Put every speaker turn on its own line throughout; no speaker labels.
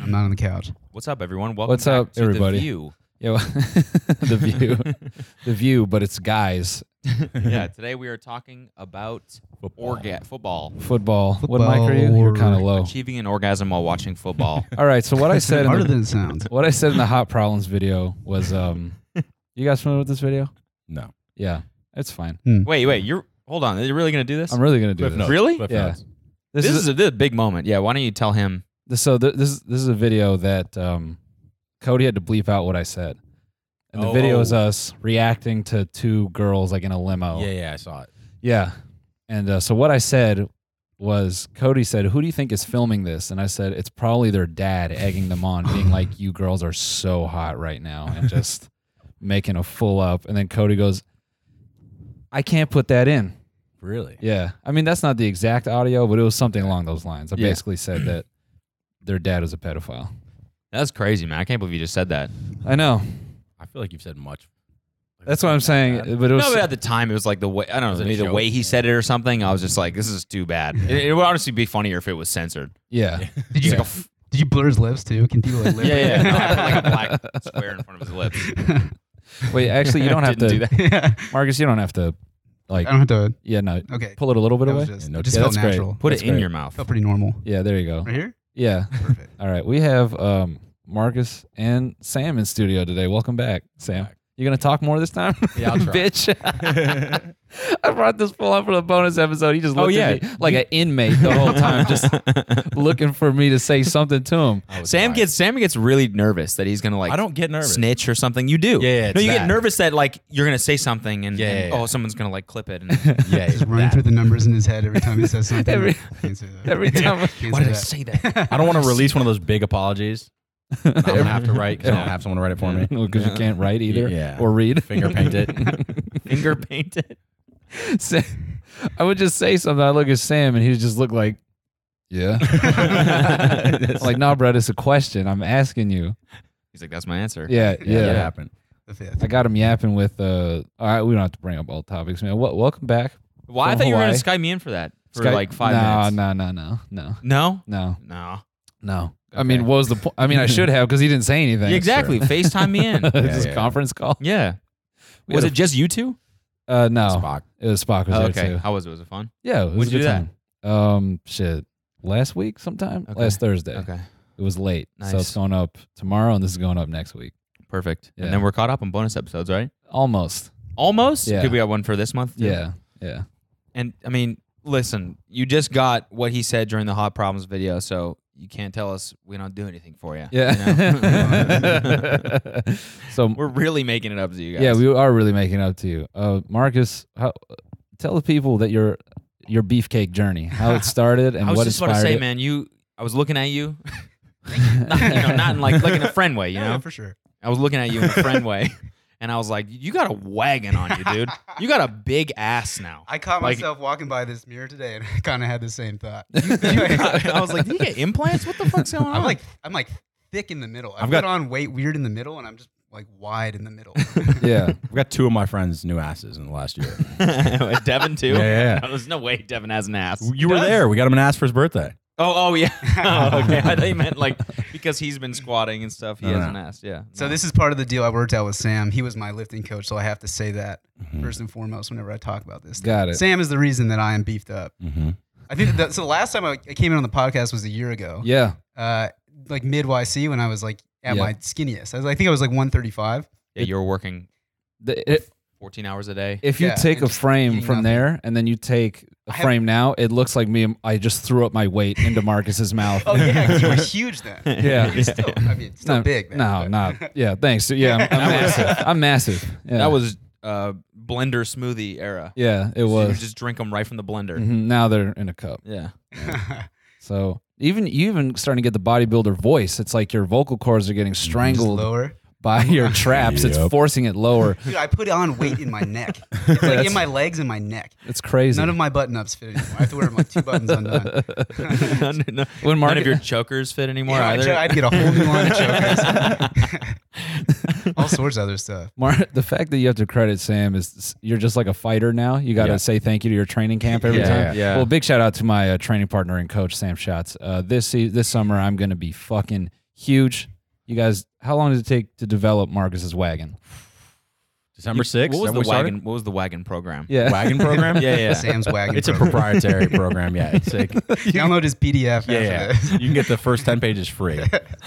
I'm not on the couch.
What's up, everyone? Welcome
What's
back
up,
to
everybody?
The View.
Yeah, well, the view, the view, but it's guys.
yeah, today we are talking about orga- football,
Football. What mic
Football
are you? You're kind of
or-
low.
achieving an orgasm while watching football.
All right. So what I said,
Harder
in the,
than it sounds.
what I said in the hot problems video was, um, you guys familiar with this video?
No.
Yeah, it's fine.
wait, wait, you're hold on. Are you really gonna do this?
I'm really gonna do
Cliff
this.
notes.
Really?
Cliff
Yeah.
notes.
This, is,
a, this is a big moment. Yeah, why don't you tell him?
this- so th- this is this is a video that um, Cody had to bleep out what I said, and the
Oh.
video is us reacting to two girls like in a limo.
Oh.
Yeah, yeah, I saw it.
Yeah. And uh, so what I said was Cody said, "Who do you think is filming this?" And I said, "It's probably their dad egging them on, being like, "You girls are so hot right now," and just making a full up. And then Cody goes, "I can't put that in."
Really?
Yeah. I mean, that's not the exact audio, but it was something along those lines. I
Yeah.
basically said that their dad was a pedophile.
That's crazy, man. I can't believe you just said that.
I know.
I feel like you've said much.
That's what I'm saying, but it was
No, but at the time it was like the way I don't
Was
know,
it a
maybe the
joke?
way he said it or something. I was just like, this is too bad. it, it would honestly be funnier if it was censored.
yeah.
Did you
Like a f-
did you blur his lips too? Can people like lip
yeah, yeah, no, I put, like a black square in front of his lips.
Wait, actually, you don't have
Didn't
to,
do that.
Marcus. You don't have to, like,
I don't have to.
yeah, no,
Okay,
pull it a little bit
that
away.
was just,
Yeah, no
it just
kidding.
felt
That's great.
natural.
Put
That's
it in
great.
your mouth.
Felt pretty normal.
Yeah, there you go.
Right here,
Yeah.
perfect.
All right. We have um, Marcus and Sam in studio today. Welcome back, Sam.
Back.
You gonna talk more this time?
Yeah, I'll try.
Bitch. I brought this fool up for the bonus episode. He just
Oh,
looked at
yeah.
me like an inmate the whole time, just looking for me to say something to him.
I would
Sam
die.
gets Sam gets really nervous that he's gonna like
I don't get nervous.
snitch or something. You do.
Yeah, yeah, it's
no, you get
that.
nervous that like you're gonna say something and,
Yeah,
and,
yeah, yeah.
oh someone's gonna like clip it. And,
Yeah,
Just running through the numbers in his head every time he says something.
Every-
Can't say that.
Every time,
Can't
Why
say
did I
that.
say that?
I don't want to release one of those big apologies. I don't have to write 'cause I don't
Yeah.
have someone to write it for me.
because you can't write either
Yeah.
or read.
Finger paint it.
Finger painted.
Sa- I would just say something. I look at Sam and he would just look like, yeah. I'm like, nah, bro, it's a question. I'm asking you.
He's like, that's my answer.
Yeah, yeah.
Yeah, that happened.
The fifth.
I got him yapping with. Uh, all right, we don't have to bring up all topics, man. Wel- welcome back.
Why I
From
thought you were gonna
Hawaii.
Skype me in for that for
Skype-
like five
no,
minutes.
No, no, no, no,
No,
no,
no.
no. I mean, what was the point? I mean, I should have because he didn't say anything.
exactly. FaceTime me in.
It's just
yeah, yeah.
conference call.
Yeah.
We
was
had
it just you two?
a- uh, no,
Spock.
it was Spock was
Oh,
there
okay.
too.
How was it? Was it fun?
Yeah, it was
When'd
a
you
good
do
time. Um, shit, last week sometime,
Okay.
last Thursday.
Okay.
It was late, so it's
Nice.
going up tomorrow, and this is going up next week.
Perfect.
Yeah.
And then we're caught up on bonus episodes, right?
Almost.
Almost.
Yeah.
Could we have one for this month? too?
Yeah, yeah.
And I mean, listen, you just got what he said during the hot problems video, so you can't tell us we don't do anything for you.
Yeah. so
We're really making it up to you guys.
Yeah, we are really making up to you, uh, Marcus. How, tell the people that your your beefcake journey, how it started, and
I was
what
just
inspired
about to say,
it.
man, you. I was looking at you, not, you know, not in like like in a friend way, you
Yeah,
know.
for sure.
I was looking at you in a friend way, and I was like, you got a wagon on you, dude. You got a big ass now.
I caught
Like-
myself walking by this mirror today, and I kind of had the same thought.
I was like, did you get implants? What the fuck's going on?
I'm like, I'm like thick in the middle. I
I've
put
got-
on weight weird in the middle, and I'm just like wide in the middle.
Yeah,
I've got two of my friends' new asses in the last year.
Devin too.
Yeah, yeah, yeah.
There's no way Devin has an ass.
you were there. We got him an ass for his birthday.
Oh, oh yeah. Oh, okay. I thought you meant like because he's been squatting and stuff. He
No, no,
hasn't
no.
asked. Yeah.
so
No.
this is part of the deal I worked out with Sam. He was my lifting coach, so I have to say that
Mm-hmm,
first and foremost whenever I talk about this.
Hmm. got it.
Sam is the reason that I am beefed up.
Mm-hmm.
I think that, so. The last time I I came in on the podcast was a year ago,
Yeah,
uh, like mid YC when I was like at
Yeah.
my skinniest. I, was, I think I was like 135.
yeah, you're working
The- i-
14 hours a day.
if you
Yeah,
take
and
a
just
frame
eating
from
nothing.
there and then you take a
I have-
frame now, it looks like me. I just threw up my weight into Marcus's mouth.
Oh yeah, 'cause you were huge then.
Yeah.
You're still, I mean, still
no,
big. Then,
No,
but-
not yeah. Thanks. Yeah, I'm, I'm massive. I'm massive. Yeah.
That was uh, blender smoothie era.
yeah. It
So you
was.
just drink them right from the blender.
Mhm, Now they're in a cup.
Yeah.
So even you even starting to get the bodybuilder voice. It's like your vocal cords are getting
Just
strangled
lower.
by your traps. It's
Yep.
forcing it lower.
Dude, I put on weight in my neck. It's like in my legs and my neck.
It's crazy.
None of my button ups fit anymore. I have to wear my two buttons undone.
none, none-
when
none
Mark,
of your chokers fit anymore
Yeah, I'd,
either.
I'd get a whole new line of chokers. All sorts of other stuff.
Mar- the fact that you have to credit Sam is you're just like a fighter now. You got to
Yeah.
say thank you to your training camp every
Yeah,
time.
yeah.
Well, big shout out to my uh, training partner and coach Sam Schatz. Uh, this se- this summer I'm going to be fucking huge. You guys, how long did it take to develop Marcus's wagon?
December
You-
6th.
What
that
was
we
the
started?
wagon? What was the wagon program?
Yeah,
Wagon program?
yeah, yeah.
Sam's wagon.
It's a
program.
proprietary program. Yeah. It's like,
Download his PDF.
yeah,
after
yeah.
this.
You can get the first 10 pages free,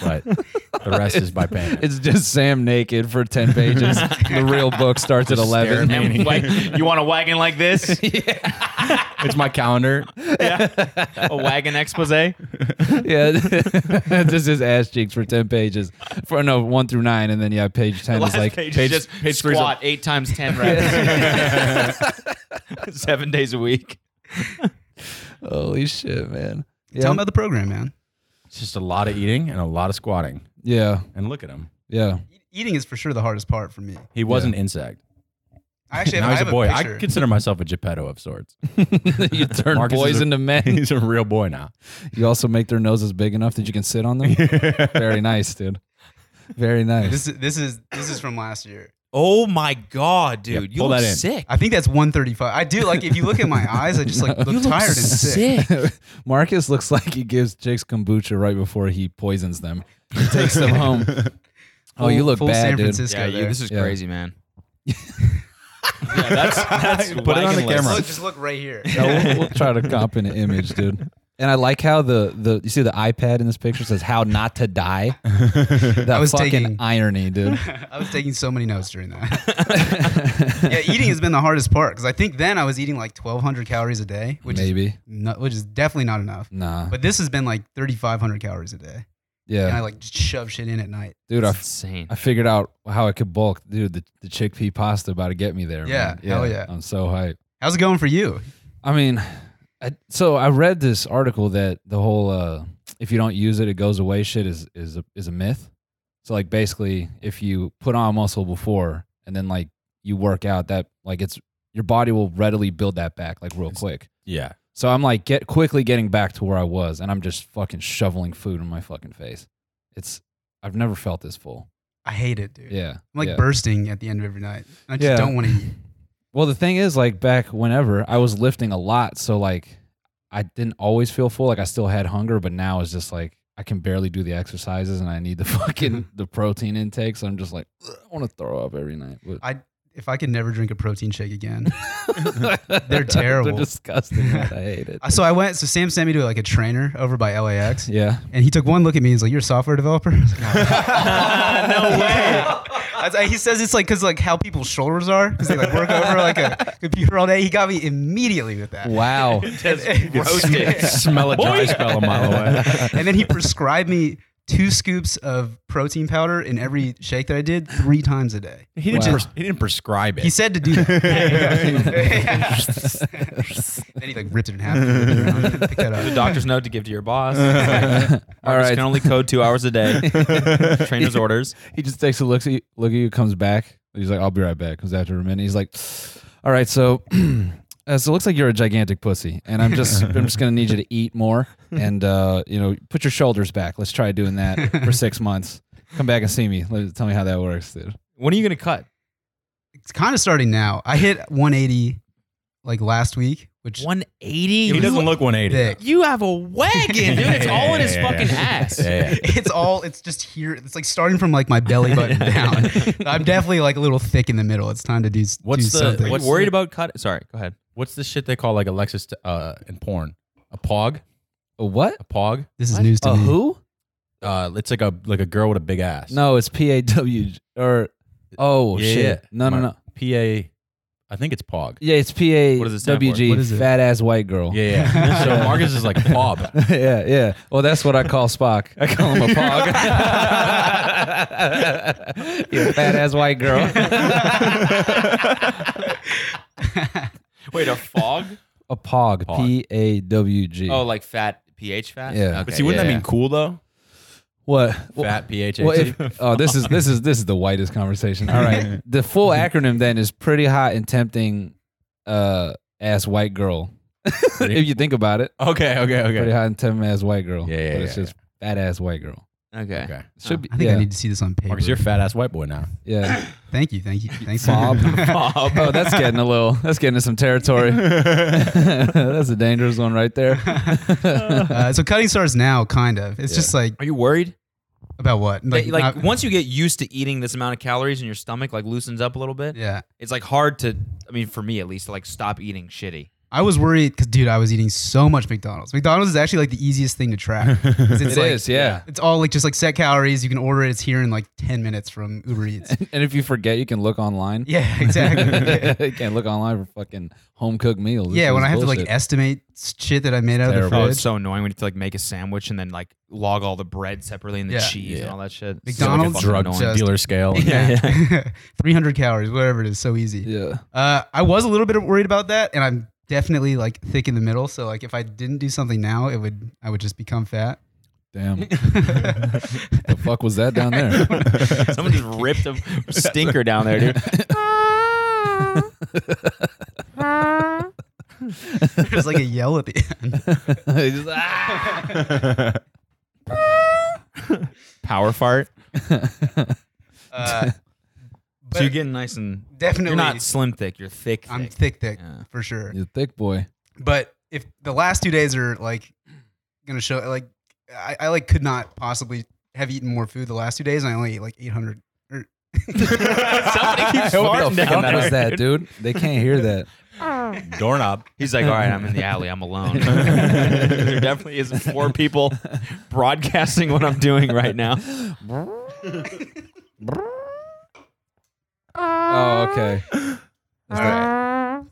but the rest is by paying.
it's just Sam naked for ten pages. the real book starts at
Just stare
eleven.
at me.
And wa- you want a wagon like this?
It's my calendar.
A wagon expose? Yeah,
yeah, just his ass cheeks for ten pages. For no one through nine, and then yeah, page ten is like
page-
just
page three's
squat eight times ten reps, seven days a week.
holy shit, man. Yeah,
Tell him about the program, man.
It's just a lot of eating and a lot of squatting.
yeah,
And look at him.
yeah.
E- Eating is for sure the hardest part for me.
He was an insect.
I actually
now
have, I
he's
have
a boy. I
picture.
consider myself a Geppetto of sorts.
you turn
Marcus is
boys
a-
into men.
He's a real boy now.
You also make their noses big enough that you can sit on them. Very nice, dude. Very nice.
This is this is this is from last year.
Oh my god, dude! you
pull
look
that in.
sick.
I think that's 135. I do like if you look at my eyes, I just like look,
you look
tired and sick.
sick.
Marcus looks like he gives chicks kombucha right before he poisons them. He takes them home. Oh, you
Full-
look
full San
bad, dude.
Francisco
Yeah, you,
there.
this is
Yeah.
crazy, man. yeah, that's that's
Put it on the
wagonless.
camera.
Look, just look right here.
No, we'll, we'll try to cop an image, dude. And I like how the the you see the iPad in this picture says how not to die. That
was
fucking
taking-
irony, dude.
I was taking so many notes during that. yeah, eating has been the hardest part because I think then I was eating like 1,200 calories a day, which is
Maybe
not, which is definitely not enough.
nah,
But this has been like 3,500 calories a day, and I
yeah,
like just shove shit in at night.
dude. I,
That's
f-
insane.
I figured out how I could bulk, dude. The, the chickpea pasta about to get me there.
Yeah,
man.
hell yeah.
I'm so hyped.
How's it going for you?
I mean, I, so I read this article that the whole uh, if you don't use it, it goes away shit is is a, is a myth. So like basically, if you put on muscle before and then like you work out, that like it's your body will readily build that back like real quick.
Yeah.
So I'm like get quickly getting back to where I was, and I'm just fucking shoveling food in my fucking face. It's I've never felt this full.
I hate it, dude.
Yeah,
I'm like
yeah.
bursting at the end of every night. I just
Yeah.
don't want to eat.
Well, the thing is, like back whenever I was lifting a lot, so like I didn't always feel full. Like I still had hunger, but now it's just like I can barely do the exercises, and I need the
Mm-hmm.
fucking the protein intake. So I'm just like, "Ugh, I want to throw up every night. But-
If I could never drink a protein shake again. They're terrible.
They're disgusting. man. I hate it.
Uh, so I went. So Sam sent me to like a trainer over by LAX,
Yeah,
and he took one look at me. and He's like, "You're a software developer." I was like,
no way.
I was like- uh, he says it's like because like how people's shoulders are because they like work over like a computer all day. He got me immediately with that.
wow.
Just roasted.
Smell a dry spell a mile away.
And then he prescribed me two scoops of protein powder in every shake that I did three times a day.
He didn't,
Wow.
pres- he didn't prescribe it.
He said to do that. then he like ripped it in half. and moved it around and picked that up.
The doctor's note to give to your boss. Marcus
All right.
can only code two hours a day. Trainer's orders.
He just takes a look at you, look at you, comes back. He's like, I'll be right back. Comes after a minute. He's like, All right, so uh, so it looks like you're a gigantic pussy, and I'm just I'm just gonna need you to eat more and uh, you know put your shoulders back. Let's try doing that for six months. Come back and see me. Let, tell me how that works, dude.
When are you gonna cut?
It's kind of starting now. I hit 180 like last week, which
One eighty.
he doesn't look 180.
thick.
You have a wagon, dude. It's all in his
Yeah, yeah,
fucking
yeah.
ass.
Yeah, yeah.
It's all. It's just here. It's like starting from like my belly button down. I'm definitely like a little thick in the middle. It's time to do, s-
What's
do
the-
something.
What
What's
worried
the-
about cut? Sorry, go ahead.
What's the shit they call like Alexis t- uh, in porn? A pog?
A what?
A pog?
this is news to me.
who?
Uh, it's like a like a girl with a big ass.
No, it's P A W or oh
Yeah,
shit.
yeah.
No, no,
My-
no.
PA. I think it's pog.
Yeah, it's P A
What does it stand for?
W
What
G.
is it?
Fat ass white girl.
Yeah, yeah. so Marcus is like pob.
yeah, yeah. Well, that's what I call Spock. I call him a pog. you badass white girl.
Wait, a fog?
a pog.
Pog.
P A W G.
oh, like fat pH fat.
Yeah.
Okay,
But
See, wouldn't
yeah,
that mean cool though?
what? Well,
Fat PHAT.
well, if, oh, this is this is this is the whitest conversation. All right, the full acronym then is pretty hot and tempting, uh, ass white girl. if you think about it,
okay, okay,
pretty
okay.
hot and tempting ass white girl.
Yeah, yeah,
But it's
yeah,
just fat ass white girl.
yeah. Okay.
Okay.
Should be.
I think
yeah,
I need to see this on paper.
Marcus, you're a fat ass white boy now.
yeah.
Thank you, thank you, thanks,
Bob.
Bob.
Oh, that's getting a little. That's getting in some territory. that's a dangerous one right there.
Uh, so cutting starts now, kind of. It's just like
Are you worried?
About what?
Like, like
not-
once you get used to eating this amount of calories and your stomach like loosens up a little bit,
yeah.
it's like hard to. I mean, for me at least, to like stop eating shitty.
I was worried because, dude, I was eating so much McDonald's. McDonald's is actually like the easiest thing to track. 'Cause
It is,
It's like,
yeah.
It's all like just like set calories. You can order it. It's here in like 10 minutes from Uber Eats.
And if you forget, you can look online.
yeah, exactly.
you can't look online for fucking home cooked meals. This
yeah, when
is
I have to
bullshit.
like estimate s- shit that I made out of the
terrible.
Oh,
fridge.
it's so annoying when you have to like make a sandwich and then like log all the bread separately and the
Yeah.
cheese and
Yeah.
all that shit.
It's like a McDonald's
fucking
drug
annoying.
just-
dealer scale.
Yeah,
300 calories, whatever it is. So easy.
yeah,
Uh, I was a little bit worried about that, and I'm definitely like thick in the middle. So like, if I didn't do something now, it would I would just become fat.
damn. the fuck was that down there?
Someone just ripped a stinker down there, dude.
There's like a yell at the end.
Just, ah!
Power fart.
Uh,
so you're getting nice and
definitely,
you're not slim thick. You're thick.
I'm thick,
thick.
thick
Yeah.
for sure.
You thick boy.
But if the last two days are like gonna show, like I, I like could not possibly have eaten more food the last two days, and I only ate like 800.
Somebody keeps farting down
What was
there.
that, dude? They can't hear that.
Doorknob.
He's like, all right, I'm in the alley. I'm alone. there definitely is four people broadcasting what I'm doing right now.
Oh, okay.
All right.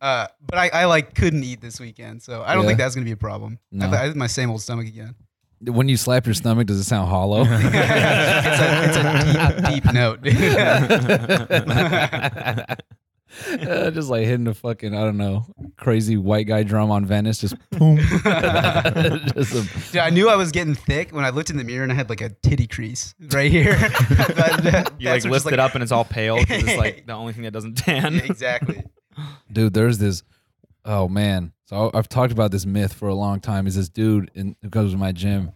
uh, but I, I like couldn't eat this weekend, so I don't
Yeah.
think that's gonna be a problem.
No.
I, th- I had my same old stomach again.
When you slap your stomach, does it sound hollow?
it's, a, it's a deep, deep note.
Uh, just like hitting a fucking, I don't know, crazy white guy drum on Venice, just boom. just a,
Dude, I knew I was getting thick when I looked in the mirror and I had like a titty crease right here. That- that-
You like
that's
lift
just,
it up and it's all pale 'cause it's like the only thing that doesn't tan.
Yeah, exactly.
dude there's this oh man so I- i've talked about this myth for a long time is this dude in, who goes to my gym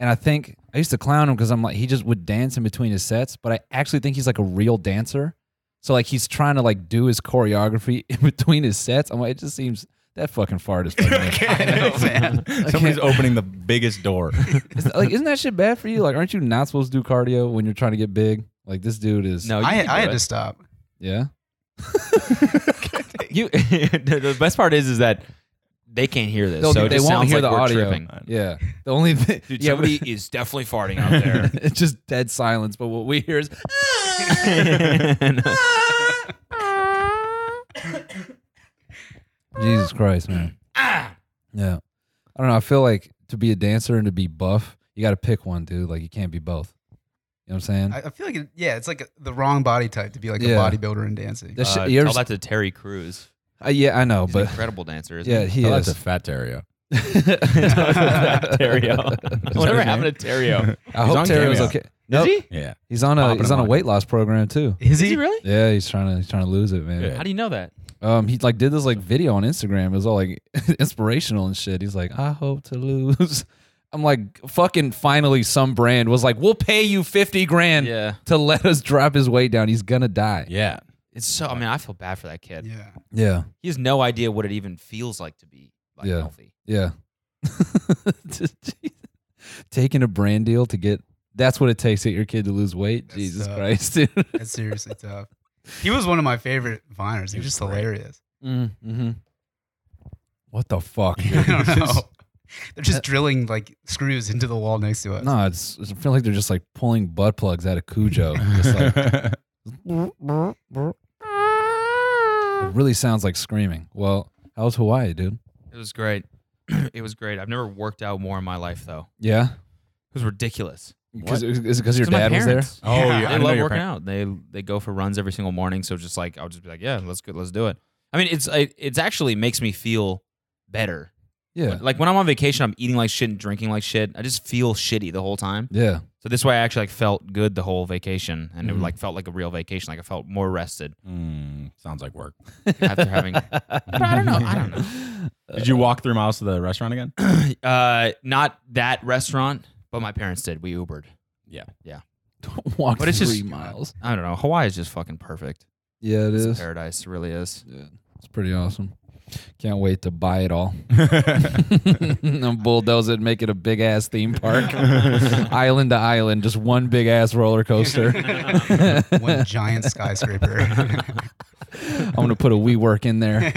and i think i used to clown him because i'm like he just would dance in between his sets but i actually think he's like a real dancer so like he's trying to like do his choreography in between his sets i'm like it just seems that fucking fart is fucking
I know, man.
Somebody's opening the biggest door.
It's like isn't that shit bad for you like aren't you not supposed to do cardio when you're trying to get big like this dude is
No, Oh, you
I,
can
had-
do
I had
it.
to stop.
yeah
You, the the best part is, is that they can't hear this,
No,
so it
they
just sounds
won't hear
like
the
we're
audio
tripping.
yeah the only thing
Dude,
yeah,
somebody is definitely farting out there.
it's just dead silence but what we hear is Jesus Christ, man.
Ah!
Yeah. I don't know. I feel like to be a dancer and to be buff, you got to pick one, dude. Like, you can't be both. You know what I'm saying?
I, I feel like, it, yeah, it's like the wrong body type to be like
Yeah.
a bodybuilder and dancing.
That shit-
Uh,
you ever
tell
s-
that to Terry Crews.
uh, yeah, I know,
He's
but
an incredible dancer. Isn't
yeah,
he?
he
I like
is.
the fat area.
Terrio. Whatever happened to Terrio?
I
He's
hope
on
Terry was
Cameo.
okay. Nope.
he?
Yeah.
He's on a
Popping
he's on a
him on.
weight loss program too.
Is
Is he
he?
really?
Yeah, he's trying to he's trying to lose it, man.
Yeah.
How do you know that?
Um, he like did this like video on Instagram. It was all like inspirational and shit. He's like, I hope to lose. I'm like, fucking finally, some brand was like, we'll pay you fifty grand
Yeah.
to let us drop his weight down. He's gonna die.
Yeah.
It's so. I mean, I feel bad for that kid.
Yeah.
Yeah.
He has no idea what it even feels like to be like
Yeah.
healthy.
Yeah. Just- Taking a brand deal to get that's what it takes to get your kid to lose weight.
That's
Jesus
tough.
Christ, dude.
That's seriously tough. He was one of my favorite Viners. He was just hilarious.
mm-hmm. What the fuck?
I don't
dude?
know. They're just drilling like screws into the wall next to us.
No, it's, it's- I feel like they're just like pulling butt plugs out of Cujo. Just like, it really sounds like screaming. Well, how was Hawaii, dude?
It was great. it was great. I've never worked out more in my life though.
Yeah,
It was ridiculous.
because is it because your
'Cause my
dad was there?
parents-
Oh,
Yeah.
yeah.
They
I
They
know
love
your
working
parents.
out. They they go for runs every single morning. So just like I'll just be like, yeah, let's go, let's do it. I mean, it's it, it's actually makes me feel better.
Yeah,
Like when I'm on vacation, I'm eating like shit and drinking like shit. I just feel shitty the whole time.
yeah,
So this way, I actually like felt good the whole vacation, and
Mhm.
it like felt like a real vacation. Like I felt more rested
Mm, sounds like work.
after having. I don't know. I don't know.
Did you walk three miles to the restaurant again?
Uh, not that restaurant, but my parents did. We Ubered.
Yeah.
Don't walk
But it's
three
just-
miles.
I don't know. Hawaii is just fucking perfect.
Yeah, it
It's
is.
paradise. It really is.
Yeah, it's pretty awesome. Can't wait to buy it all. and bulldoze it, make it a big ass theme park, island to island, just one big ass roller coaster.
One giant skyscraper.
I'm gonna put a WeWork in there,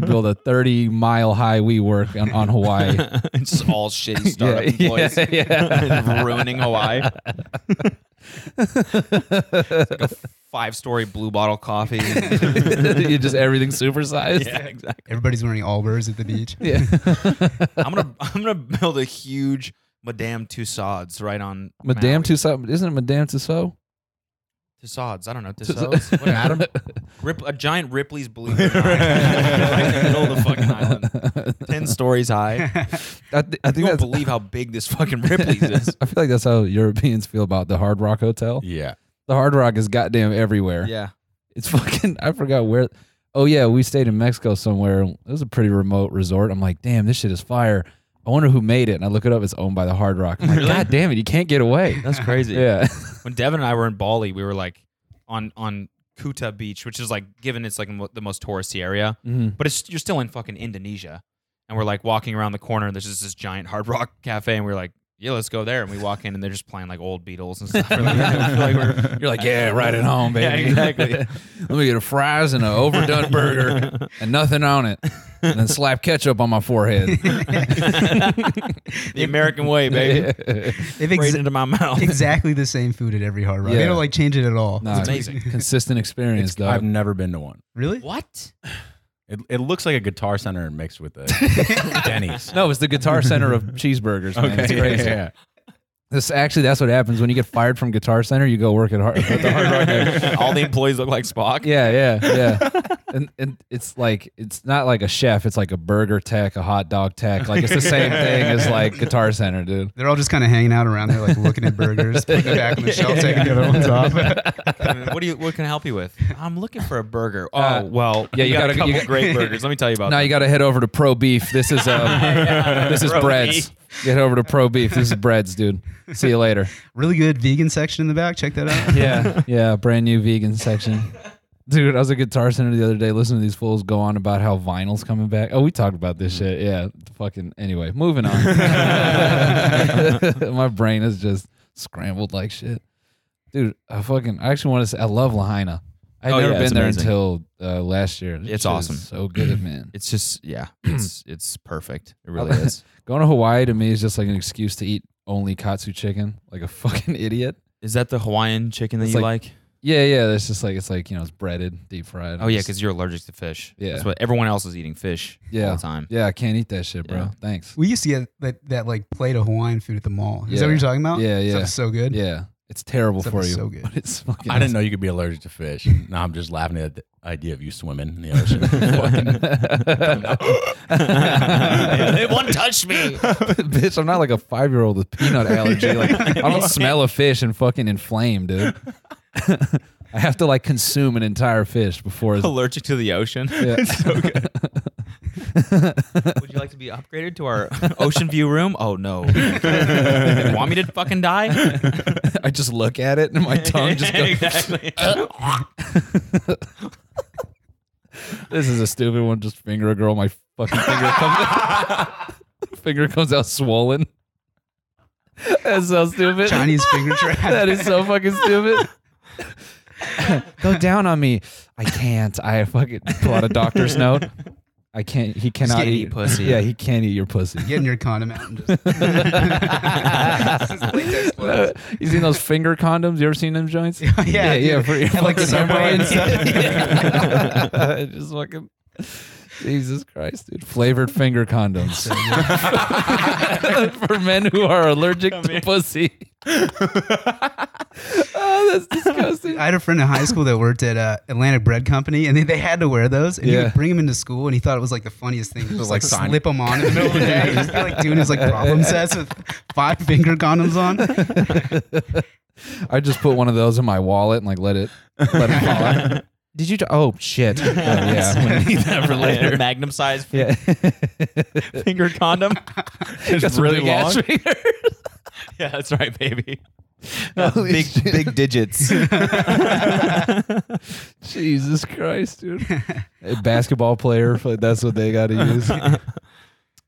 build a 30 mile high WeWork on, on Hawaii.
it's just all shitty startup
Yeah,
employees
yeah.
ruining Hawaii. Five story blue bottle coffee.
you just everything supersized.
yeah, exactly.
Everybody's wearing Allbirds at the beach.
Yeah.
I'm gonna I'm gonna build a huge Madame Tussauds right on Maui.
Madame Tussauds isn't it Madame Tussauds?
Tussauds. I don't know Tussauds.
Tussauds.
Whatever. Rip, a giant Ripley's Believe It or Not. right in the middle of the fucking island, ten stories high.
I, th- I
You
think
won't
that's.
believe how big this fucking Ripley's is.
I feel like that's how Europeans feel about the Hard Rock Hotel.
yeah.
The Hard Rock is goddamn everywhere.
Yeah,
It's fucking. I forgot where. Oh yeah, we stayed in Mexico somewhere. It was a pretty remote resort. I'm like, damn, this shit is fire. I wonder who made it. And I look it up. It's owned by the Hard Rock. I'm like, God damn it, you can't get away.
that's crazy.
Yeah.
when Devin and I were in Bali, we were like on on Kuta Beach, which is like given it's like mo- the most touristy area,
Mhm.
but it's you're still in fucking Indonesia, and we're like walking around the corner, and there's just this giant Hard Rock Cafe, and we're like, yeah, let's go there, and we walk in, and they're just playing like old Beatles and stuff. We're like, like we're-
You're like, yeah, right at home,
Yeah,
baby.
exactly.
Let me get a fries and an overdone burger and nothing on it, and then slap ketchup on my forehead.
the American way, baby.
They've ex-
Right into my mouth.
exactly the same food at every Hard Rock. They
Yeah.
don't like change it at all.
Nah,
It's amazing.
Consistent experience, though.
I've never been to one.
Really?
What?
It, it looks like a guitar center mixed with a Denny's.
no, it's the guitar center of cheeseburgers, man. It's crazy.
Yeah.
This actually, that's what happens when you get fired from Guitar Center. You go work at, Hard, at the Hard Rock.
All the employees look like Spock.
Yeah, yeah, yeah. and and it's like it's not like a chef. It's like a burger tech, a hot dog tech. Like it's the same thing as like Guitar Center, dude.
They're all just kind of hanging out around there, like looking at burgers, putting them back on the shelf, taking the other ones off.
what do you? What can I help you with? I'm looking for a burger. Oh
Uh,
well,
yeah,
we
you
got
gotta-
a
you
couple
got-
great burgers. Let me tell you about.
Now
them.
you got to head over to Pro Beef. This is um, this is
Pro
breads. You head over to Pro Beef. This is breads, dude. See you later.
really good vegan section in the back. Check that out.
Yeah, yeah. Brand new vegan section. Dude, I was at Guitar Center the other day listening to these fools go on about how vinyl's coming back. Oh, we talked about
Mm.
this shit. Yeah. Fucking anyway, moving on. My brain is just scrambled like shit. Dude, I fucking I actually want to say I love Lahaina. I've
Oh,
never
yeah, it's
been there
amazing.
until uh, last year. This
It's
shit is
awesome.
So good, man.
It's just yeah, it's it's perfect. It really is.
Going to Hawaii to me is just like an excuse to eat only katsu chicken, like a fucking idiot.
Is that the Hawaiian chicken that
It's
you
like-
like,
Yeah, yeah. It's just like it's like you know it's breaded, deep fried.
Oh yeah,
It's-
because you're allergic to fish.
Yeah.
That's what everyone else is eating fish all
Yeah.
the time.
yeah, I can't eat that shit, bro.
Yeah.
Thanks.
We used to get that, that like plate of Hawaiian food at the mall. Is
Yeah.
that what you're talking about?
Yeah, yeah.
Stuff's so good.
Yeah, it's terrible
Stuff
for
is
you.
so good.
But it's fucking.
I didn't know you could be allergic to fish. Now I'm just laughing at the idea of you swimming in the ocean. Fucking-
it won't touch me.
bitch. I'm not like a five year old with peanut allergy. Like I don't smell a fish and fucking inflame, dude. I have to like consume an entire fish before. It's,
Allergic to the ocean.
yeah.
Would you like to be upgraded to our ocean view room? Oh no. Want me to fucking die?
I just look at it and my tongue just goes.
exactly.
This is a stupid one. Just finger a girl. My fucking finger comes. finger comes out swollen. That's so stupid.
Chinese finger trap.
that is so fucking stupid. Go down on me. I can't. I fucking pull out a doctor's note. I can't. He cannot
can't eat pussy.
Yeah, he can't eat your pussy.
Getting your condom out and just. It's just latex gloves.
you seen those finger condoms? You ever seen them joints? Yeah, yeah,
dude.
For your
And, like,
fucking
samurai.
hemorrhoids. Yeah. Just fucking. Jesus Christ, dude! Flavored finger condoms for men who are allergic to pussy. oh, that's disgusting.
I had a friend in high school that worked at uh, Atlantic Bread Company, and they, they had to wear those. And he
Yeah.
would bring them into school, and he thought it was like the funniest thing. Just, like,
like, sign-
slip them on in the middle of the day. He'd just be like doing his like problem sets with five finger condoms on.
I just put one of those in my wallet and like let it let it fall. out. Did you? T- oh shit! Oh, yeah, we need that for later.
Magnum size
Yeah,
finger condom.
it's really long.
yeah, that's right, baby. Uh,
Holy
big
shit.
big digits.
Jesus Christ, dude. A basketball player, but that's what they got to use.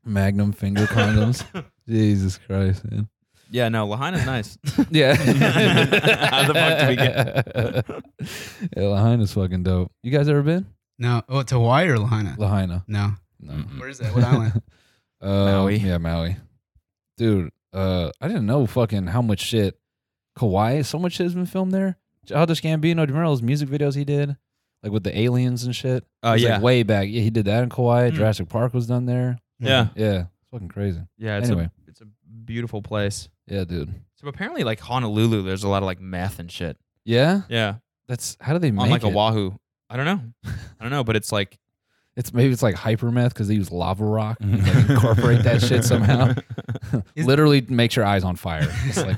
Magnum finger condoms. Jesus Christ, man.
yeah, no, Lahaina's nice. Uh,
Yeah.
How the fuck do we
get? yeah, Lahaina's fucking dope. You guys ever been?
no, oh, to Hawaii or Lahaina?
Lahaina.
No.
No.
Where is that? What island?
Uh,
Maui.
Yeah, Maui. Dude, uh, I didn't know fucking how much shit Kauai, so much shit has been filmed there. Childish Gambino, Demeral's music videos he did, like with the aliens and shit.
Oh
It's, like,
yeah,
way back. Yeah, he did that in Kauai.
Mm.
Jurassic Park was done there.
yeah,
Yeah, it's fucking crazy.
yeah. It's
Mm-hmm. Anyway.
a it's a beautiful place.
Yeah, dude.
So apparently, like Honolulu, there's a lot of like meth and shit.
Yeah,
Yeah,
that's how do they make
on like
it?
Oahu. I don't know. I don't know, but it's like
It's maybe it's like hyper meth because they use lava rock. and, like, incorporate that shit somehow.
Is-
Literally makes your eyes on fire. It's like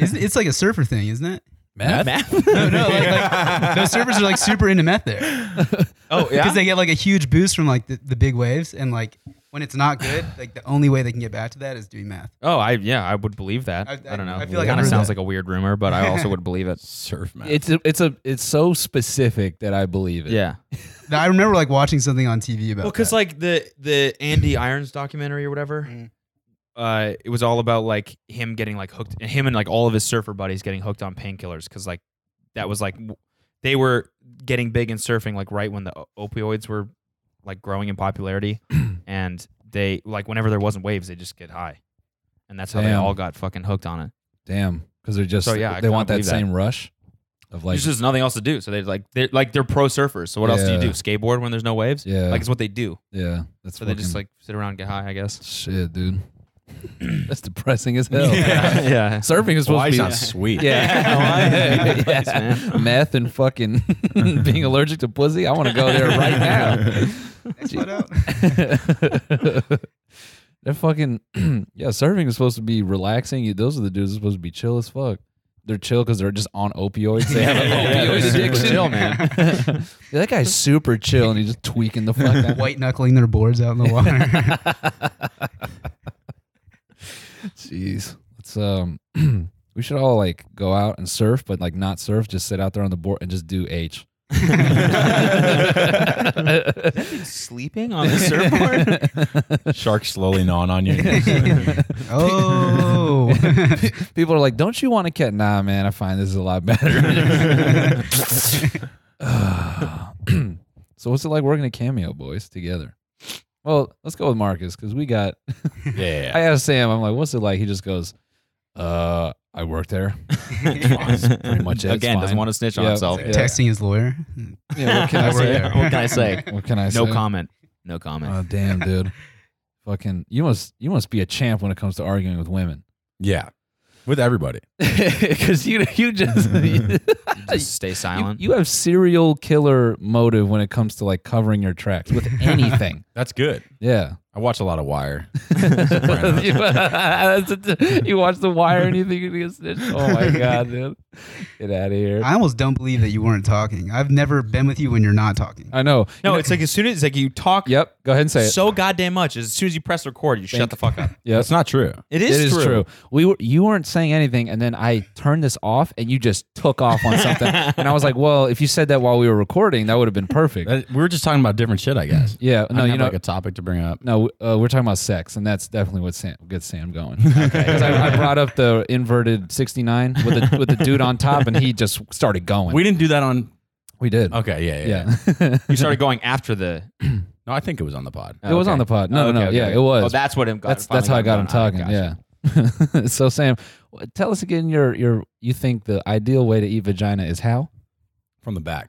It's, it's like a surfer thing, isn't it?
meth.
No, no, like, like those surfers are like super into meth there.
oh
Because they get like a huge boost from like the, the big waves and like when it's not good, like the only way they can get back to that is doing math.
oh, I yeah, I would believe that.
I-
I,
I-
don't know.
I
I
feel
feel
like I've
like it kind of
heard
sounds
that.
like a weird rumor, but I also would believe it.
Surf man.
It's a, it's a it's so specific that I believe it.
Yeah.
Now, I remember like watching something on TV about
Well, because
that.
like the the Andy Irons documentary or whatever,
Mm.
uh, it was all about like him getting like hooked, him and like all of his surfer buddies getting hooked on painkillers because like that was like w- they were getting big in surfing like right when the o- opioids were like growing in popularity, and they like whenever there wasn't waves, they just get high, and that's how they
Damn.
all got fucking hooked on it.
Damn, because they're just
So, yeah, I
they
kinda
want that
believe that.
same rush of like
there's just nothing else to do, so they like they are like they're pro surfers. So what else do you
Yeah.
do? Skateboard when there's no waves?
yeah
Like it's what they do.
yeah. That's
So they just
fucking-
like sit around and get high, I guess.
shit, dude. that's depressing as hell.
yeah.
Surfing is supposed
Hawaii
to be
sounds sweet.
Yeah.
Hawaii. Nice, man.
Meth and fucking being allergic to pussy. I want to go there right now.
Next one out.
They're fucking yeah. Surfing is supposed to be relaxing. You- Those are the dudes that are supposed to be chill as fuck. They're chill because they're just on opioids. They have an
Yeah, yeah, they're
opioid
super
addiction.
chill, man.
Yeah, that guy's super chill and he's just tweaking the fuck out.
White knuckling their boards out in the water.
Jeez. Let's um we should all like go out and surf, but like not surf, just sit out there on the board and just do H.
Sleeping on the surfboard?
Shark slowly gnawing on you.
oh,
People are like, Don't you want to catch nah man, I find this is a lot better. so what's it like working at Cameo boys together? Well, let's go with Marcus because we got I
yeah.
asked Sam, I'm like, what's it like? He just goes, uh, I work there. pretty much it. It's
Again, doesn't
fine.
want to snitch on
Yeah.
himself.
Yeah.
texting his lawyer.
Yeah, what can I
I work
say?
there.
What can I say?
What can I say?
No comment. No comment.
Oh damn, dude. Fucking you must you must be a champ when it comes to arguing with women.
Yeah. With everybody.
Cuz you you just Uh, you,
Just stay silent.
you have serial killer motive when it comes to like covering your tracks with anything.
That's good.
yeah.
I watch a lot of Wire.
you, that's a- you watch the wire and you think you're gonna snitch. Oh my god, dude. Get out of here.
I almost don't believe that you weren't talking. I've never been with you when you're not talking.
I know.
no, it's like as soon as like you talk
Yep. Go ahead and say it.
so goddamn much, as soon as you press record, you shut the fuck up.
Yep.
That's not true.
It
It
is,
is true. We were, you weren't saying anything, and then I turned this off, and you just took off on something, and I was like, "Well, if you said that while we were recording, that would have been perfect."
That- we were just talking about different shit, I guess.
yeah,
I
no, you
didn't have,
know,
like a topic to bring up.
no, uh, we're talking about sex, and that's definitely what Sam gets Sam going. Because I, I brought up the inverted sixty nine with the with the dude on top, and he just started going.
We didn't do that on.
we did,
Okay, yeah, yeah. yeah.
yeah.
You started going after the.
No, I think it was on the pod.
it was on the pod. No,
Oh,
no, no,
okay,
yeah,
okay.
it was.
Oh, that's what him. Got,
that's that's how I got him talking. yeah. so Sam, w- tell us again your your you think the ideal way to eat vagina is how?
From the back.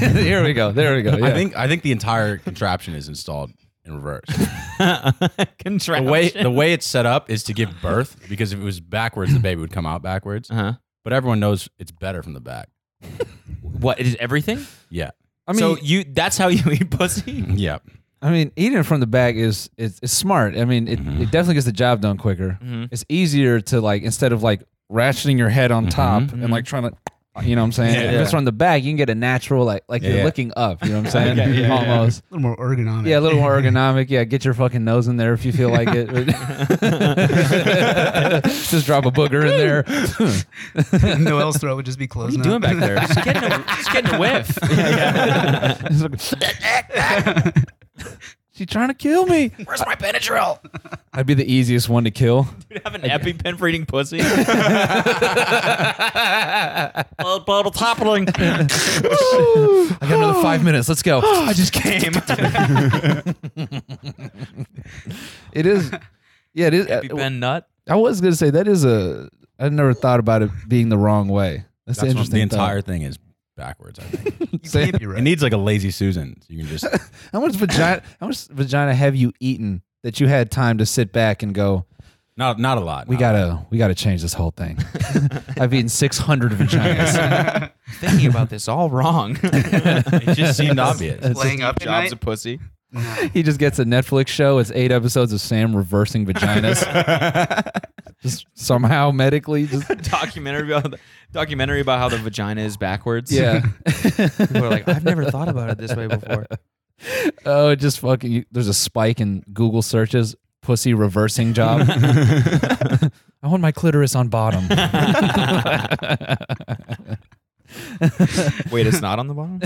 Here we go. There we go.
I think I think the entire contraption is installed in reverse.
yeah.
the
Contraption.
way the way it's set up is to give birth because if it was backwards, the baby would come out backwards.
Uh-huh.
But everyone knows it's better from the back.
What it is everything?
Yeah.
I mean,
so you that's how you eat pussy.
Yeah.
I mean, eating from the back is is, is smart. I mean, it,
Mm-hmm.
it definitely gets the job done quicker.
Mhm. Mm-hmm.
It's easier to like instead of like ratcheting your head on top and like trying to You know what I'm saying?
Yeah.
If it's from the back, you can get a natural like like
Yeah.
you're looking up. You know what I'm saying?
Okay, yeah, yeah, yeah.
Almost.
a little more ergonomic.
Yeah, a little more ergonomic. Yeah, get your fucking nose in there if you feel like it. Just drop a booger in there.
Noel's throat would just be
What are
closed.
you doing back there? Just getting a, just getting a whiff.
She's trying to kill me.
Where's my Benadryl?
I'd be the easiest one to kill.
Dude, have an EpiPen for eating pussy. Bottle bottle toppling.
I got another five minutes. Let's go. I just
Came.
It is. Yeah, it is.
EpiPen nut.
I was gonna say that is a. I never thought about it being the wrong way. That's,
That's
an
what,
interesting.
the entire thing is backwards. I think
You can't be
it
right.
needs like a lazy Susan. So you can just
thought. How much vagina? How much vagina have you eaten that you had time to sit back and go?
not not a lot.
We
not a lot.
gotta. We gotta change this whole thing. I've eaten six hundred vaginas.
Thinking about this all wrong. it
just seemed obvious.
Laying up at
Jobs
night.
a pussy.
he just gets a Netflix show. It's eight episodes of Sam reversing vaginas. just somehow medically. Just
documentary about the, documentary about how the vagina is backwards.
yeah.
people are like, I've never thought about it this way before.
Oh, it just fucking. You, there's a spike in Google searches. Pussy reversing job. I want my clitoris on bottom.
Wait, it's not on the bottom.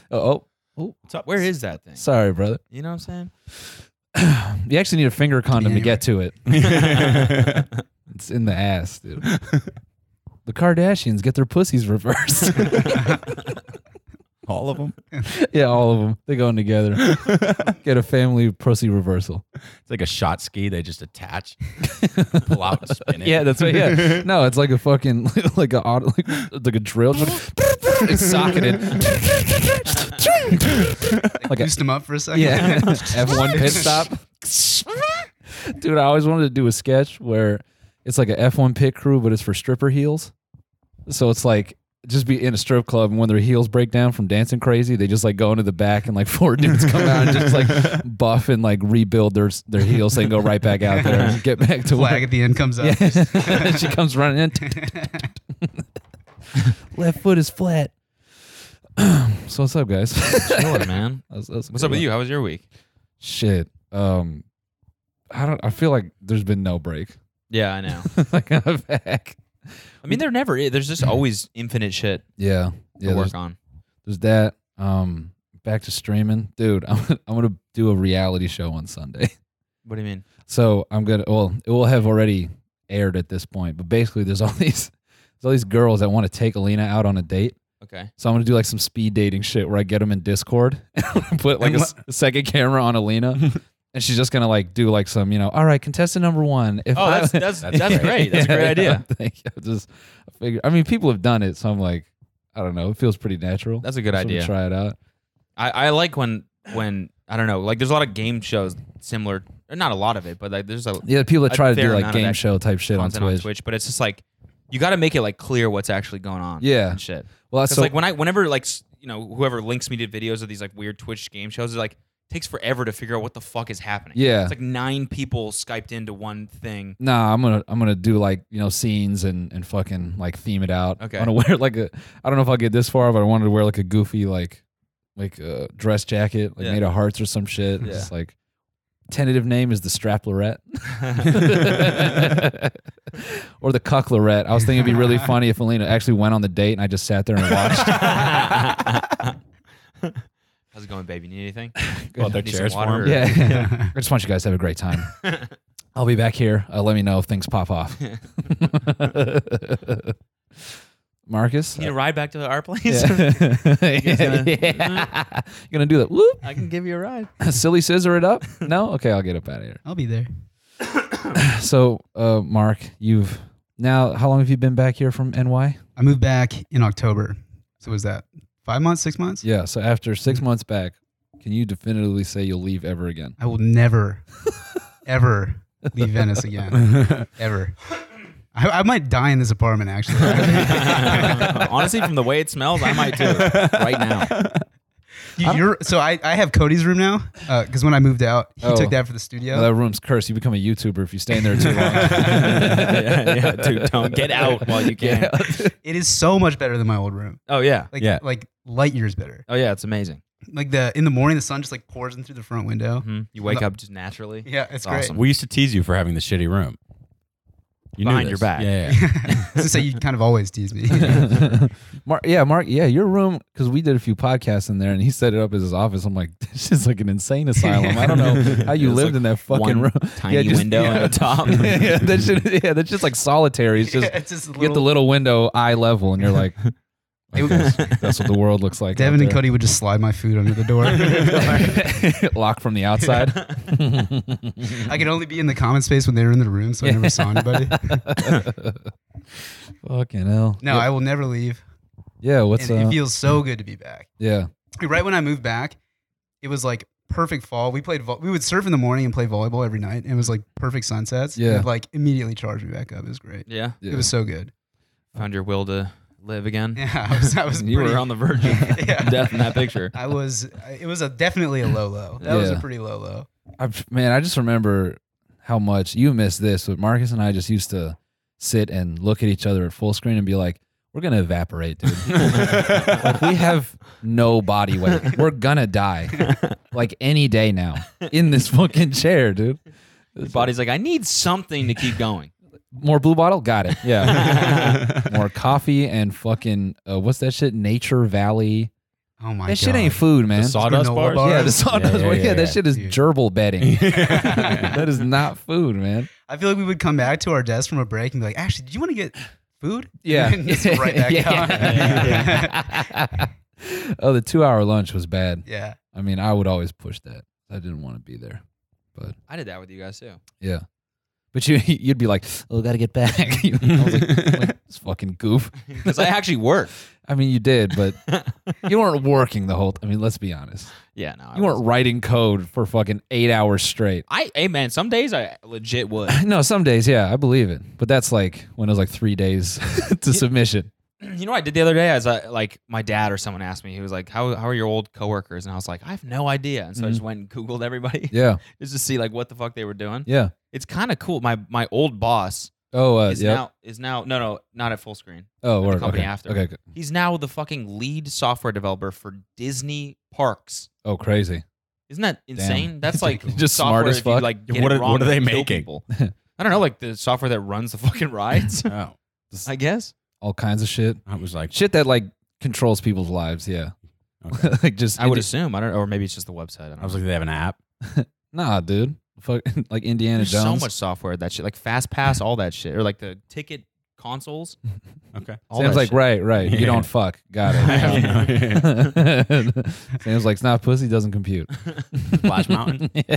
oh, oh,
What's up? Where is that thing?
sorry, brother.
You know what I'm saying?
You actually need a finger condom to
anywhere.
get to it. it's in the ass, dude. The Kardashians get their pussies reversed.
all of them.
yeah, all of them. They go in together. Get a family pussy reversal.
It's like a shot ski. They just attach, pull out, and spin it.
Yeah, that's right. Yeah, no, it's like a fucking like a auto, like, it's like a drill. It's socketed.
Like boost him up for a second.
Yeah, F one pit stop. Dude, I always wanted to do a sketch where it's like a F one pit crew, but it's for stripper heels. So it's like just be in a strip club, and when their heels break down from dancing crazy, they just like go into the back, and like four dudes come out and just like buff and like rebuild their their heels, so they can go right back out there and get back to
Flag
work.
at the end comes up.
Yeah. she comes running in. Left foot is flat. so what's up, guys?
Chilling, man.
That's- that's a
What's
good
up with
one.
you? How was your week?
Shit. Um, I don't. I feel like there's been no break.
Yeah, I know.
like I'm back.
I mean, there never is. There's just always infinite shit
Yeah. Yeah.
to
There's,
work on.
there's that. Um, back to streaming, dude. I'm gonna, I'm gonna do a reality show on Sunday.
What do you mean?
So I'm gonna. Well, it will have already aired at this point. But basically, there's all these there's all these girls that want to take Alina out on a date.
Okay.
So I'm gonna do like some speed dating shit where I get them in Discord and put like a, s- a second camera on Alina, and she's just gonna like do like some you know, all right, contestant number one. If
Oh,
I-
that's that's that's, great. That's a great
Yeah,
idea.
I think I just I figure. I mean, people have done it, so I'm like, I don't know. It feels pretty natural.
That's a good
So I'm gonna
idea.
Try it out.
I, I like when when I don't know. Like, there's a lot of game shows similar. or Not a lot of it, but like there's a
Yeah, people that
A
try to
fair
do like
amount of
game
that
show type shit on
content
Twitch.
on Twitch, but it's just like you got to make it like clear what's actually going on.
Yeah.
and shit.
Well, that's
Because
so,
like when I whenever like s- you know whoever links me to videos of these like weird Twitch game shows, it like takes forever to figure out what the fuck is happening.
Yeah.
it's like nine people skyped into one thing.
nah, I'm gonna I'm gonna do like you know scenes and and fucking like theme it out.
Okay.
I'm gonna wear like a I don't know if I'll get this far, but I wanted to wear like a goofy like like a dress jacket like
Yeah.
made of hearts or some shit.
Yeah.
Just like tentative name is the straplorette. or the cucklerette. I was thinking it'd be really funny if Alina actually went on the date and I just sat there and watched.
How's it going, baby? Need anything?
Well, their
Need some
chairs
water
warm.
or-
yeah. I just want you guys to have a great time. I'll be back here. Uh, let me know if things pop off. Marcus?
You need a ride back to our place?
Yeah.
gonna-
Yeah. You're gonna do that. Whoop.
I can give you a ride.
Silly scissor it up? No? Okay, I'll get up out of here.
I'll be there.
So, uh, Mark, you've now how long have you been back here from NY?
I moved back in October. So was that five months, six months?
Yeah. So after six months back, can you definitively say you'll leave ever again?
I will never, ever leave Venice again. ever. I, I might die in this apartment, actually.
Honestly, from the way it smells, I might too. Right now.
You, you're so I, I have Cody's room now because when I moved out, he
Oh.
took that for the studio.
That room's cursed. You become a YouTuber if you stay in there too long.
yeah, yeah, dude, Tom, get out while you can.
it is so much better than my old room.
Oh yeah,
Like
Yeah.
like light years better.
oh yeah, it's amazing.
Like the in the morning, the sun just like pours in through the front window.
Mm-hmm.
hmm You wake up just naturally.
Yeah, it's
It's awesome.
We used to tease you for having the shitty room. You knew
Behind your
this.
back.
Yeah. yeah.
great. Since that you kind of always tease me.
Mark, yeah, Mark, yeah, your room because we did a few podcasts in there, and he set it up as his office. I'm like, this is like an insane asylum. I don't know how you
It was
lived
like
in that fucking
one
room.
tiny
Yeah, just-
window
yeah.
at the top.
yeah, that shit, yeah, that's just like solitary. It's just
Yeah, it's just a
you get the little wintle eye level, and you're like,
It
"Okay,
was-
that's, that's what the world looks like. out
Devin and
there."
Cody would just slide my food under the door. I
lock from the outside.
could only be in the common space when they were in the room, so I never saw anybody.
Fucking hell.
No, I will never leave.
yeah. What's
and
uh,
it feels so good to be back.
yeah?
Right when I moved back, it was like perfect fall. We played vo- we would surf in the morning and play volleyball every night, and it was like perfect sunsets.
Yeah.
it, like immediately charged me back up. It was great.
yeah,
yeah.
It was so good.
found your will to live again.
Yeah, I was. I was
you
pretty,
were on the verge of
Yeah.
death in that picture.
I was. It was a definitely a low low. That was a
Yeah.
pretty low low.
I, man, I just remember how much you missed this, but Marcus and I just used to sit and look at each other at full screen and be like, "We're gonna evaporate, dude. like, we have no body weight. We're gonna die, like any day now, in this fucking chair, dude.
Your body's like, I need something to keep going.
More blue bottle, got it. Yeah, more coffee and fucking uh, what's that shit? Nature Valley.
Oh my
that
god.
shit ain't food, man.
Sawdust
granola
bars.
bar.
yeah, the
bars.
sawdust.
Yeah,
Yeah,
yeah, yeah,
that
yeah.
shit is
Dude.
gerbil bedding. that is not food, man.
I feel like we would come back to our desk from a break and be like, "Actually, do you want to get food?"
Yeah.
And just right back
Yeah.
out. yeah.
Yeah. oh, the two hour lunch was bad.
yeah.
I mean, I would always push that. I didn't want to be there.
I did that with you guys too.
Yeah. But you, you'd be like, oh, gotta get back. You know, I was like, like, this fucking goof.
Because I actually worked.
I mean, you did, but you weren't working the whole. I mean, let's be honest.
Yeah, no. I
You weren't
was-
writing code for fucking eight hours straight.
I, hey man, some days I legit would.
No, some days, yeah, I believe it. But that's like when it was like three days to submission.
you know what I did the other day? I was uh, like, my dad or someone asked me, he was like, how, how are your old coworkers? And I was like, I have no idea. And so I just went and Googled everybody
Yeah,
just to see like what the fuck they were doing.
yeah.
It's kind of cool. My my old boss
Oh, uh,
is
yeah.
now, is now, no, no, not at full screen.
Oh,
the
word.
company
okay.
after.
Okay.
He's now the fucking lead software developer for Disney parks.
Oh, crazy.
Isn't that insane? That's like
Just
software
smart as
if you,
fuck.
like,
Yeah,
get
what
it
are-
wrong
what are
and
they
kill
making?
people. I don't know, like the software that runs the fucking rides.
Oh,
I guess.
All kinds of shit.
I was like,
Shit that like controls people's lives. Yeah.
okay.
like just
I would assume. I don't, or maybe it's just the website. I, don't
I was
know.
like, they have an app.
Nah, dude. Fuck, like Indiana
there's so
Jones.
much software that shit, like Fast Pass, all that shit, or like the ticket consoles.
Okay.
All
Sam's
that
like
shit.
right, right. You
Yeah.
don't fuck. Got it. Sam's like, it's not pussy. Doesn't compute.
Splash Mountain.
Yeah.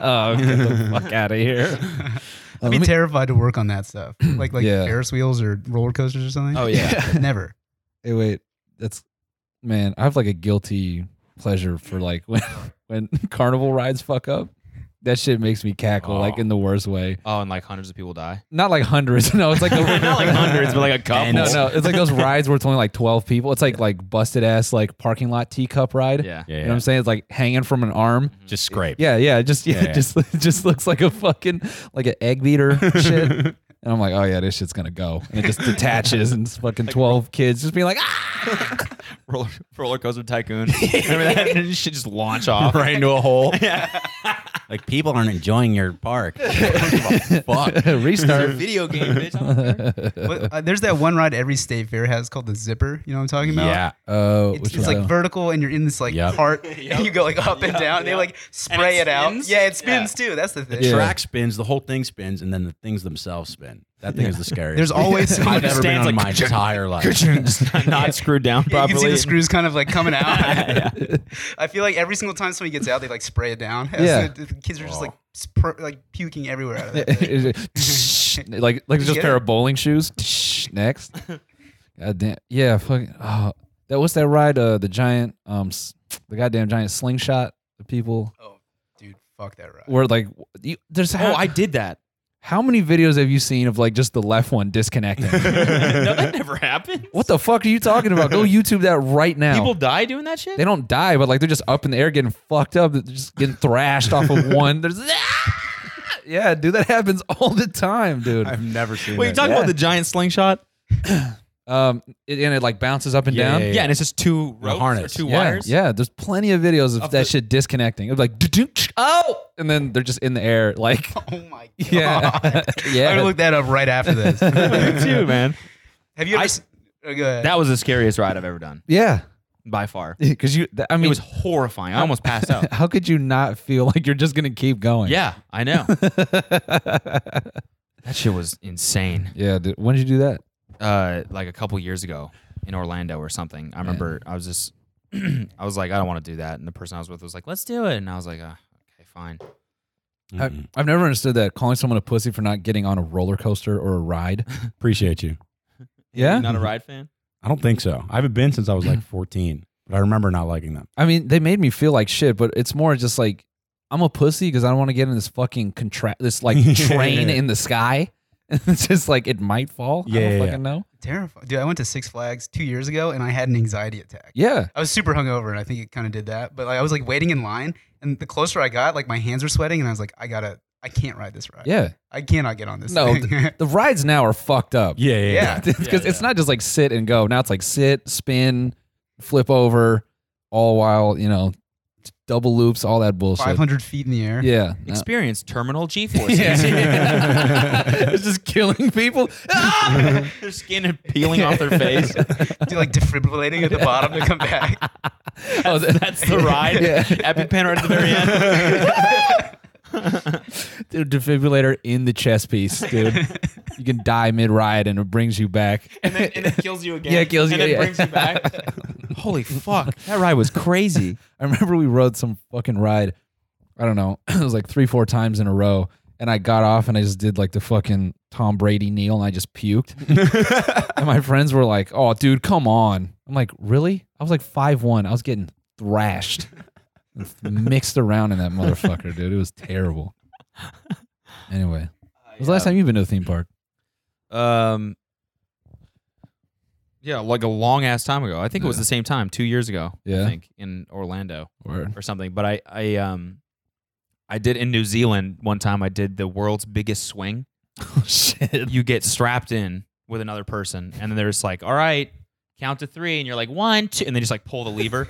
Oh, get the fuck out of here. Uh,
I'd be terrified to work on that stuff, like like
Yeah.
Ferris wheels or roller coasters or something.
Oh yeah,
never.
Hey, wait. That's man. I have like a guilty pleasure for like when when carnival rides fuck up. That shit makes me cackle like
Oh.
in the worst way.
oh, and like hundreds of people die.
Not like hundreds. No, it's like the,
Not like hundreds, but like a couple.
No, no, it's like those rides where it's only like twelve people. It's like like busted ass like parking lot teacup ride.
Yeah.
Yeah.
You know what I'm saying? It's like hanging from an arm.
Just scrape.
Yeah, yeah, just yeah,
Yeah, yeah.
just it just looks like a fucking like an egg beater shit. And I'm like, oh yeah, this shit's gonna go, and it just detaches, and it's fucking twelve kids just being like, ah,
Roller, roller coaster tycoon. Remember that? And it should just launch off.
Right into a hole. yeah. Like people aren't enjoying your park. Fuck.
restart.
Video game, bitch. I don't care.
But, uh, there's that one ride every state fair has called the zipper. You know what I'm talking about?
Yeah.
Oh,
It's,
which
it's
one?
like vertical, and you're in this like
Yep.
cart, and you go like up and down. and They like spray it,
it
out.
spins?
Yeah, it spins too. That's the thing.
Yeah.
Track spins, the whole thing spins, and then the things themselves spin. That thing is the scariest.
There's
thing.
always someone
I've
that
never been
stands
on
like,
my entire life.
Just not screwed down
Yeah, You can see
properly.
the screws kind of like coming out. I feel like every single time somebody gets out, they like spray it down.
Yeah.
So the kids are just like
Oh.
spur- like puking everywhere out of it.
It's like like like
you
just a
get
pair
it?
of bowling shoes. Next, God damn, yeah, fucking. Oh, that what's that ride? Uh, the giant, um, s- the goddamn giant slingshot. The people
Oh, dude, fuck that ride. Oh,
were like, you, there's
Oh, I did that.
How many videos have you seen of like just the left one disconnecting?
no, that never happened.
what the fuck are you talking about? Go YouTube that right now.
People die doing that shit.
they don't die, but like they're just up in the air getting fucked up, They're just getting thrashed off of one. There's yeah, dude, that happens all the time, dude.
I've never seen.
Wait, you
that.
talking
Yeah.
about the giant slingshot?
Um, it, and it like bounces up and
Yeah,
down.
yeah,
Yeah, and it's just two ropes
harness.
or two
Yeah,
wires.
yeah, there's plenty of videos of,
Of
that
the-
shit disconnecting. It's like oh, and then they're just in the air, like
Oh my god!
yeah,
I'm gonna
yeah.
look that up right after this. Have
Me too, man.
you ever?
I-
s- oh, go ahead.
That was the scariest ride I've ever done
Yeah,
by far.
because you, I
It
mean,
was horrifying. I almost passed out.
how could you not feel like you're just gonna keep going?
Yeah, I know. that shit was insane.
yeah. Dude, when did you do that?
uh, like a couple years ago in Orlando or something. I remember I was just, I was like, I don't want to do that. And the person I was with was like, let's do it. And I was like, ah, okay, fine.
I,
Mm-mm.
I've never understood that calling someone a pussy for not getting on a roller coaster or a ride.
Appreciate you.
Yeah,
Not a ride fan?
I don't think so. I haven't been since I was like 14, but I remember not liking them.
I mean, they made me feel like shit, but it's more just like I'm a pussy because I don't want to get in this fucking contract, this like train in the sky. it's just like it might fall. I
Yeah,
don't
yeah,
fucking
yeah.
know.
terrifying, dude. I went to Six Flags two years ago, and I had an anxiety attack.
Yeah,
I was super hungover, and I think it kind of did that. But like, I was like waiting in line, and the closer I got, like my hands were sweating, and I was like, I gotta, I can't ride this ride.
yeah.
I cannot get on this.
No,
thing.
The rides now are fucked up.
Yeah, yeah, yeah.
Yeah.
because it's not just like sit and go. Now it's like sit, spin, flip over, all while you know, double loops, all that bullshit.
five hundred feet in the air.
Yeah.
Experience terminal G forces.
Yeah. it's just killing people.
Ah! their skin peeling off their face.
Dude, like defibrillating at the bottom to come back.
Oh, that-
That's the ride.
Yeah.
Epic pan right at the very end.
Dude, defibrillator in the chest piece, dude. you can die mid ride and it brings you back.
And then, and then kills you again.
Yeah, it kills you,
And then
yeah.
brings you back. Holy fuck. That ride was crazy.
I remember we rode some fucking ride. I don't know. It was like three, four times in a row. And I got off and I just did like the fucking Tom Brady kneel and I just puked. and my friends were like, oh, dude, come on. I'm like, really? I was like 5'1. I was getting thrashed, mixed around in that motherfucker, dude. It was terrible. Anyway, was the last time you've been to a theme park?
Um, yeah, like a long ass time ago. I think it was
Yeah.
the same time, two years ago.
Yeah.
I think in Orlando
Or
or something. But I, I, um, I did in New Zealand one time. I did the world's biggest swing.
oh, shit.
You get strapped in with another person, and then they're just like, "All right, count to three, and you're like one, two, and they just like pull the lever,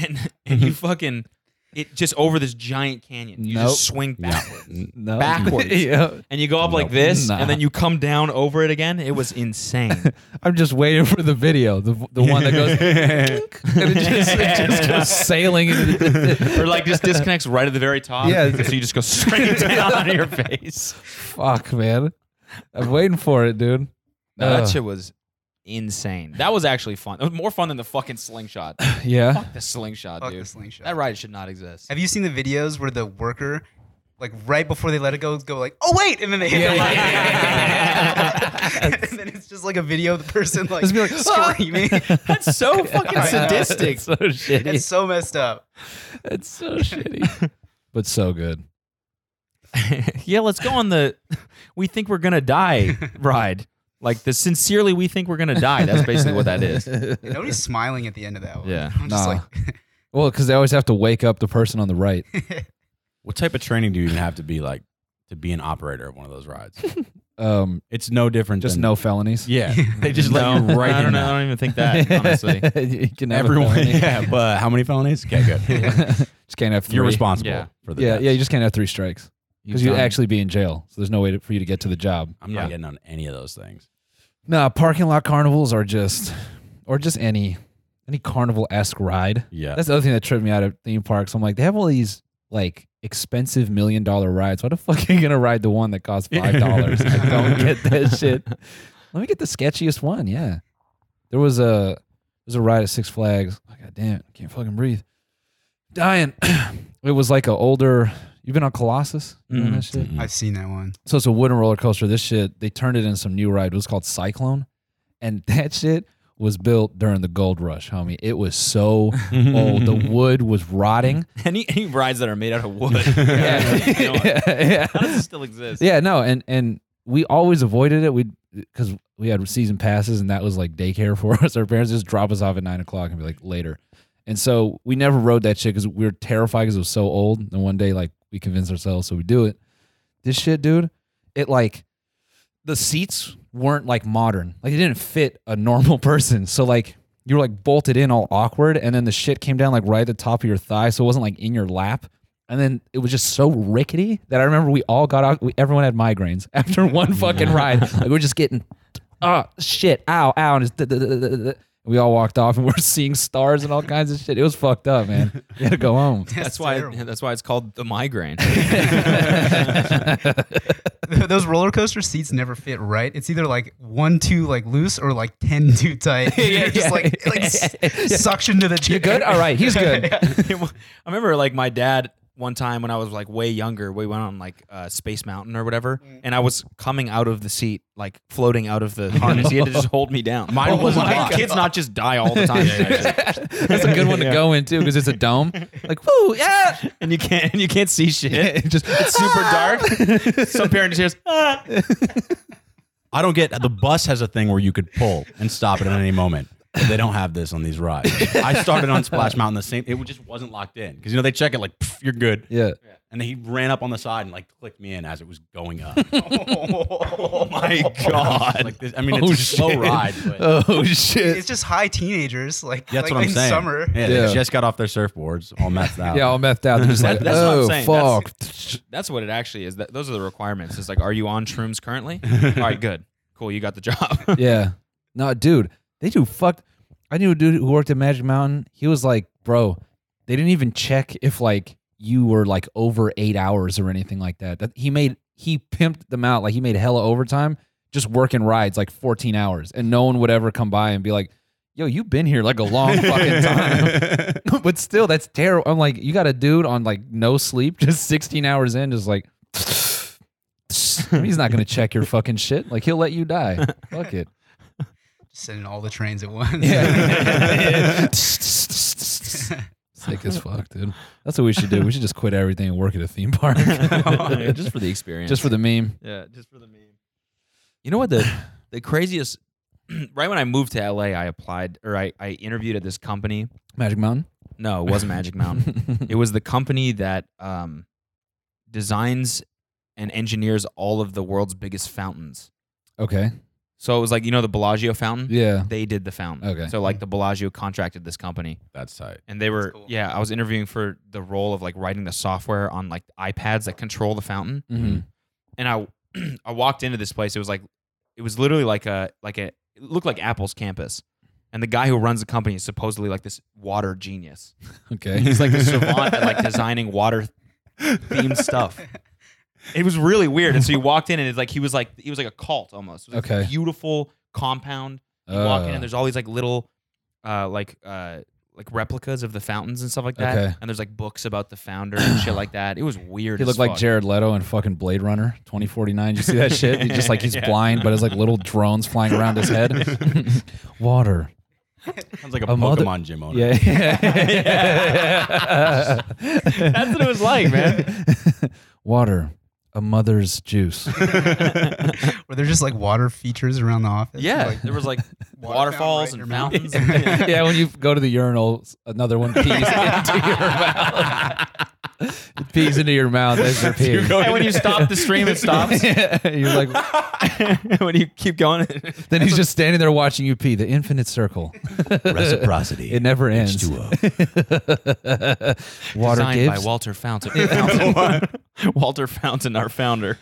and and you fucking it just over this giant canyon. You
Mm-hmm. Nope.
just swing backwards.
No.
Backwards.
yeah.
And you go up like
Nope.
this,
Nah.
and then you come down over it again. It was insane.
I'm just waiting for the video, the, the one that goes, and it just, it just goes sailing. Into the,
or like just disconnects right at the very top.
Yeah.
so you just go straight down on your face.
fuck, man. I'm waiting for it, dude.
No,
Ugh.
that shit was insane. That was actually fun. It was more fun than the fucking slingshot.
Yeah.
Fuck the slingshot,
Fuck
dude.
the slingshot.
That ride should not exist.
Have you seen the videos where the worker, like right before they let it go, go like, oh wait, and then they hit
Yeah,
the line.
yeah,
and then it's just like a video of the person like,
Just be like, "Ah!"
screaming.
That's so fucking sadistic.
It's so shitty.
it's so messed up.
It's so shitty. But so good.
yeah, let's go on the we think we're gonna die ride. Like the sincerely we think we're gonna die. That's basically what that is.
Nobody's smiling at the end of that one.
Yeah.
I'm just
Nah.
like,
Well, because they always have to wake up the person on the right.
What type of training do you even have to be like to be an operator of one of those rides?
Um,
It's no different.
just
than,
no felonies.
Yeah, they just let
No,
you right
I
in.
don't know.
that.
I don't even think that, honestly.
you can have a
Everyone.
felony.
Yeah, but how many felonies? Okay, good.
just can't have three.
You're responsible
Yeah.
for the.
Yeah,
deaths.
yeah. You just can't have three strikes because you
done-
actually be in jail. So there's no way to, for you to get to the job.
I'm
Yeah.
not getting on any of those things.
Nah, parking lot carnivals are just, or just any, any carnival esque ride.
Yeah.
That's the other thing that tripped me out at theme parks. I'm like, they have all these like expensive million dollar rides. Why the fuck are you gonna ride the one that costs five dollars? I don't get that shit. Let me get the sketchiest one. Yeah, there was a there was a ride at Six Flags. Oh, God damn it, I can't fucking breathe. Dying. it was like a older. You've been on Colossus. You know
Mm.
that shit?
I've seen that one.
So it's a wooden roller coaster. This shit, they turned it into some new ride. It was called Cyclone. And that shit was built during the gold rush, homie. It was so old. The wood was rotting.
any any rides that are made out of wood. You know,
yeah. yeah.
How does it still exist?
Yeah, no, and and we always avoided it. We because we had season passes, and that was like daycare for us. Our parents just drop us off at nine o'clock and be like later, and so we never rode that shit because we were terrified because it was so old. And one day, like we convinced ourselves, so we do it. This shit, dude, it like the seats weren't like modern, like it didn't fit a normal person. So like you were like bolted in all awkward, and then the shit came down like right at the top of your thigh, so it wasn't like in your lap. And then it was just so rickety that I remember we all got out. We, everyone had migraines after one fucking ride. Like we we're just getting, ah, shit, ow, ow, and it's. duh, duh, duh, duh, duh, duh. We all walked off and we we're seeing stars and all kinds of shit. It was fucked up, man. You had to go home.
That's why.
terrible.
That's why it's called the migraine.
those roller coaster seats never fit right. It's either like one too like loose or like ten too tight. yeah, just like like s- suction to the chair.
You good? All right, he's good.
I remember like my dad one time when I was like way younger, we went on like uh, Space Mountain or whatever, and I was coming out of the seat, like floating out of the harness. he had to just hold me down. Oh Mine
wasn't locked.
kids not just die all the time.
That's a good one to go into because it's a dome. Like, woo, yeah.
and you can't and you can't see shit.
It just
It's super dark. Some parent just hears, "Ah."
I don't get the bus has a thing where you could pull and stop it at any moment. But they don't have this on these rides. I started on Splash Mountain the same. It just wasn't locked in because you know they check it like "Pff, you're good.
Yeah.
And he ran up on the side and like clicked me in as it was going up. oh my god! Like this, I mean, it's
Oh,
a slow
shit.
ride. But
Oh shit.
It's just high teenagers. Like
that's
like
what I'm
in
saying.
Summer.
Yeah, they
Yeah.
just got off their surfboards, all messed out.
Yeah, all methed out. They're just
That-
like,
that's what I'm
oh
saying. That's-
fuck.
That's what it actually is. That, those are the requirements. It's like, are you on shrooms currently? All right, good, cool. You got the job.
yeah. No, dude, they do fucked. I knew a dude who worked at Magic Mountain. He was like, bro, they didn't even check if like you were like over eight hours or anything like that. That he made he pimped them out like he made hella overtime just working rides like 14 hours and no one would ever come by and be like yo you've been here like a long fucking time but still that's terrible i'm like you got a dude on like no sleep just 16 hours in just like he's not gonna check your fucking shit like he'll let you die fuck it
Sending all the trains at once.
yeah. Sick as fuck, dude. That's what we should do. We should just quit everything and work at a theme park.
just for the experience.
just for the meme.
Oh, Yeah, just for the meme. You know what the the craziest right when I moved to LA, I applied or I, I interviewed at this company.
Magic Mountain?
No, it wasn't Magic Mountain. it was the company that um, designs and engineers all of the world's biggest fountains.
okay.
So it was like, you know, the Bellagio fountain?
Yeah.
They did the fountain.
Okay.
So like the Bellagio contracted this company
that's tight.
and they were
cool.
yeah, I was interviewing for the role of like writing the software on like iPads that control the fountain
hmm
and I I walked into this place. It was like it was literally like a like a it looked like Apple's campus. And the guy who runs the company is supposedly like this water genius.
Okay.
He's like the savant at like designing water themed stuff. It was really weird. And so you walked in and it's like he was like he was like a cult almost. It was like a
Okay.
beautiful compound. You walk in
Uh,
and there's all these like little uh like uh like replicas of the fountains and stuff like that.
Okay.
And there's like books about the founder and shit like that. It was weird.
he
as
looked like
fuck.
Jared Leto in fucking Blade Runner 2049. Did you see that shit? He's just like he's
Yeah.
blind, but it's like little drones flying around his head. Water.
Sounds like a,
A
Pokemon
mother-
gym owner.
Yeah. That's
That's what it was like, man.
Water. A mother's juice.
Where there's just like water features around the office.
Yeah,
Like,
there was like
water
waterfalls
fountain
and
right in
mountains.
your mouth.
yeah, when you go to the urinal, another one pees into your mouth. It pees into your mouth as you're peeing.
and when you stop the stream, it stops.
you're like,
when you keep going,
then he's just standing there watching you pee. The infinite circle.
Reciprocity.
It never ends.
H2O.
Water
designed by
gives.
Walter Fountain. Fountain. Walter Fountain, our founder,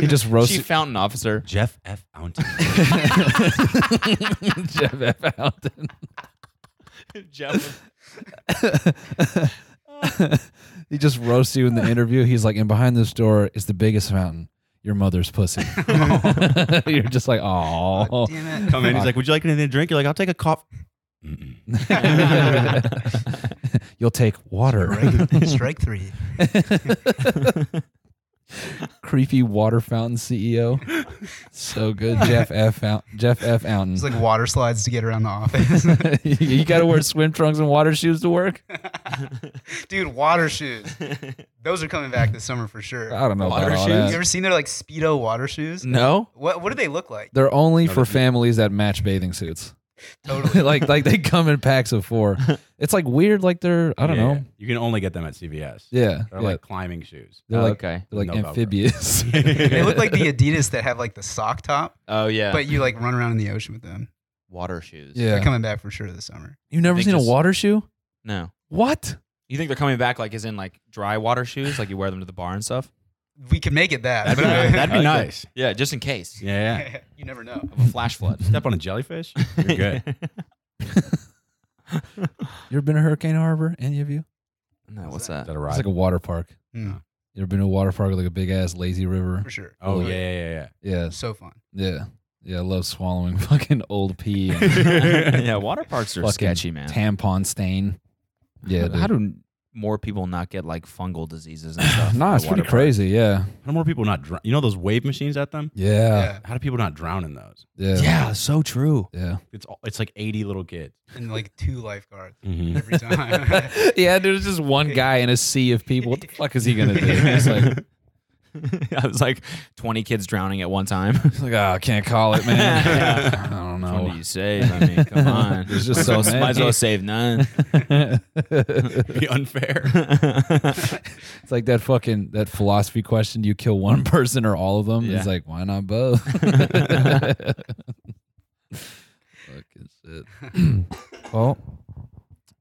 he just
chief
roasted
fountain officer.
Jeff F. Fountain.
Jeff F. Fountain.
Jeff.
He just roasts you in the interview. He's like, and behind this door is the biggest fountain, your mother's pussy. You're just like, oh.
Damn it.
Come in. He's like, "Would you like anything to drink?" You're like, "I'll take a coffee."
You'll take water.
Strike, strike three.
creepy water fountain CEO. So good, Jeff F. Fount- Jeff F. Fountain.
It's like water slides to get around the office.
you got to wear swim trunks and water shoes to work.
Dude, water shoes. Those are coming back this summer for sure.
I don't know
Water
about all
shoes?
you
that.
ever seen their like speedo water shoes?
Mm.
No.
What what do they look like?
They're only for
that's-
families that match bathing suits.
Totally.
like like they come in packs of four. It's like weird. Like they're I don't
Yeah.
know.
You can only get them at CVS.
Yeah,
They're
yeah.
like climbing shoes.
they're
Oh,
like
okay.
they're like
No Velcro.
amphibious.
they look like the Adidas that have like the sock top,
Oh yeah.
but you like run around in the ocean with them.
water shoes.
They're
yeah,
coming back for sure this summer.
you never
They
seen
just-
a water shoe?
No.
What?
You think they're coming back like as in like dry water shoes, like you wear them to the bar and stuff?
We could make it that.
That'd be,
but I-
nice. That'd be
Okay.
nice.
Yeah, just in case.
Yeah, yeah.
you never know.
Of a flash flood.
Step on a jellyfish. You're good.
You ever been to Hurricane Harbor? Any of you?
no,
What's
what's
that?
that?
Is that a
It's
ride?
like a water park.
Hmm.
Mm,
You ever been to a water park like a big ass lazy river?
for sure.
oh yeah, yeah,
Yeah,
So fun.
yeah, yeah. I love swallowing fucking old pee, and
yeah, yeah.
yeah, water parks are
Fucking
sketchy, man.
tampon stain. Yeah,
how, how
dude.
do more people not get like fungal diseases and stuff?
nah,
at
it's
water
pretty
parks?
crazy. Yeah,
How do more people not drown? You know those wave machines at them?
yeah,
yeah.
How do people not drown in those?
yeah,
Yeah,
yeah.
so true.
It's all, it's like 80 little kids.
And like two lifeguards
Mm-hmm.
every time.
yeah, dude, it's just one guy in a sea of people. What the fuck is he gonna do? It's like,
I was like 20 kids drowning at one time.
it's like, oh, I can't call it, man.
Yeah.
I don't
Which one do
know.
you save? I mean, come on.
There's just so
might as
many.
well save none.
Be unfair.
It's like that fucking that philosophy question: Do you kill one person or all of them?
Yeah.
It's like, why not both? fucking shit. well,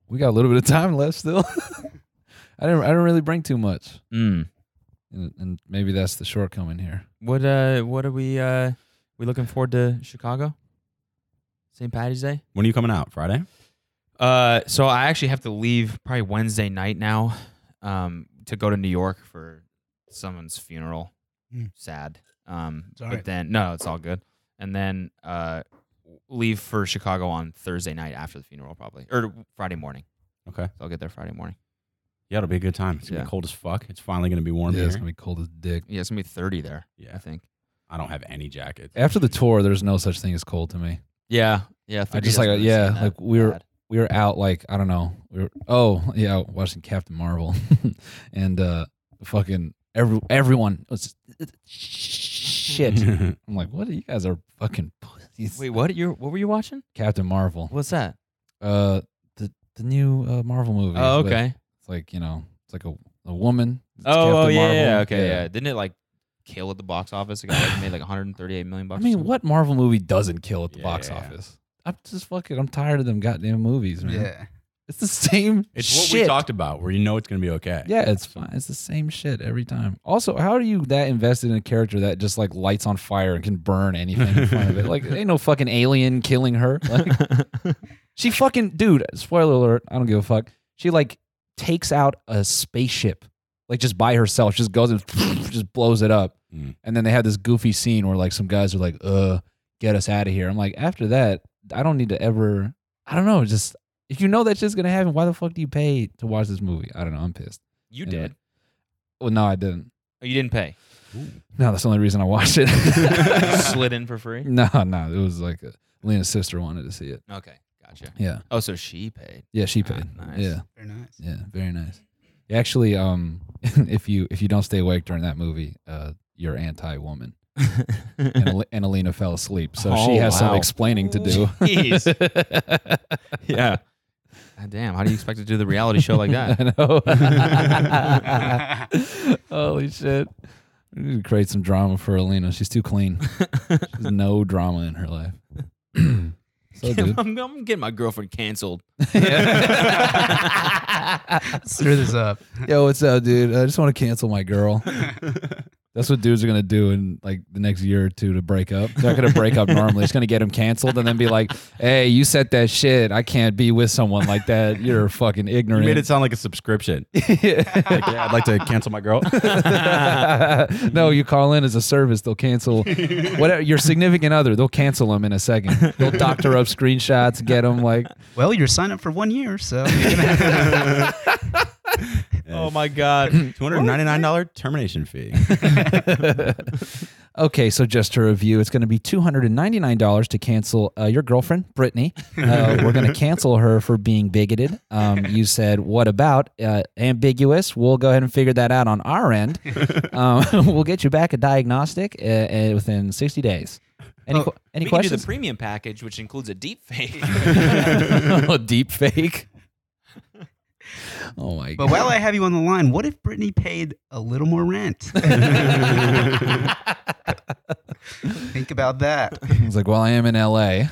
we got a little bit of time left still. I didn't. I didn't really bring too much,
Mm.
and, and maybe that's the shortcoming here.
What uh what are we uh we looking forward to Chicago? St. Patty's Day?
When are you coming out? Friday?
Uh so I actually have to leave probably Wednesday night now um to go to New York for someone's funeral.
Mm.
Sad. Um
It's all
but
right.
then no, it's all good. And then uh leave for Chicago on Thursday night after the funeral probably or Friday morning.
Okay.
So I'll get there Friday morning.
Yeah, it'll be a good time. It's gonna
Yeah.
be cold as fuck. It's finally gonna be warm
Yeah,
here.
it's gonna be cold as dick.
Yeah, it's gonna be thirty there. I
yeah,
think.
I don't have any jackets.
After the tour, there's no such thing as cold to me.
Yeah, yeah. 30
just like-
doesn't really
yeah,
seem that
like, we were-
bad.
we were out like I don't know. We were oh yeah, watching Captain Marvel, and uh, fucking every everyone was shit. I'm like, what? You guys are fucking pussies.
Wait, what? You what were you watching?
Captain Marvel.
What's that?
Uh, the the new uh, Marvel movie.
Oh,
with-
okay.
It's like you know, it's like a a woman. It's
Oh, oh
Captain
yeah,
Marvel.
yeah, okay, yeah. Didn't it like kill at the box office? It got like, made like 138 million
I
bucks. or
mean,
something?
what Marvel movie doesn't kill at the box
Yeah.
office? I'm just fucking. I'm tired of them goddamn movies, man.
yeah.
It's the same.
It's what
shit.
we talked about, where you know it's gonna be okay.
Yeah, it's fine. It's the same shit every time. Also, how are you that invested in a character that just like lights on fire and can burn anything in front of it? Like, ain't no fucking alien killing her. Like, she fucking dude. Spoiler alert. I don't give a fuck. She like takes out a spaceship, like just by herself. Just goes and just blows it up.
Mm.
And then they have this goofy scene where like some guys are like, "Uh, get us out of here." I'm like, after that, I don't need to ever. I don't know. Just if you know that shit's gonna happen, why the fuck do you pay to watch this movie? I don't know. I'm pissed.
you
Anyway.
did?
Well, no, I didn't.
Oh, you didn't pay.
No, that's the only reason I watched it.
You slid in for free.
no, no, it was like a, Lena's sister wanted to see it.
Okay, gotcha.
Yeah,
Oh, so she paid.
yeah, she
Ah,
paid.
nice.
Yeah,
They're nice.
yeah, very nice. Actually, um, if you if you don't stay awake during that movie, uh, you're anti woman. And, Ale- and Alina fell asleep, so she
Oh,
has some
wow.
explaining to do.
Jeez. yeah. God damn, how do you expect to do the reality show like that?
I know. Holy shit! We need to create some drama for Alina. She's too clean. There's no drama in her life. so good.
I'm, I'm getting my girlfriend canceled.
Let's stir this up.
Yo, what's up, dude? I just want to cancel my girl. That's what dudes are gonna do in like the next year or two to break up. They're not gonna break up normally. It's gonna get them canceled and then be like, "Hey, you said that shit. I can't be with someone like that. You're fucking
You
ignorant."
made it sound like a subscription. Like, yeah, I'd like to cancel my girl.
no, you call in as a service. They'll cancel whatever your significant other. They'll cancel them in a second. They'll doctor up screenshots, get them like
Well, you're signed up for one year, so.
Yeah.
Oh my god.
Two hundred ninety nine dollar termination fee.
Okay, so just to review, it's going to be two hundred and ninety nine dollars to cancel uh, your girlfriend, Brittany. Uh, we're going to cancel her for being bigoted. Um, you said, "What about uh, ambiguous?" We'll go ahead and figure that out on our end. Um, we'll get you back a diagnostic uh, uh, within sixty days. Any qu- any
we can do
questions?
the premium package, which includes a deep fake.
A deep fake. Oh my
But
god!
while I have you on the line, what if Brittany paid a little more rent? Think about that.
He's like, well, I am in LA.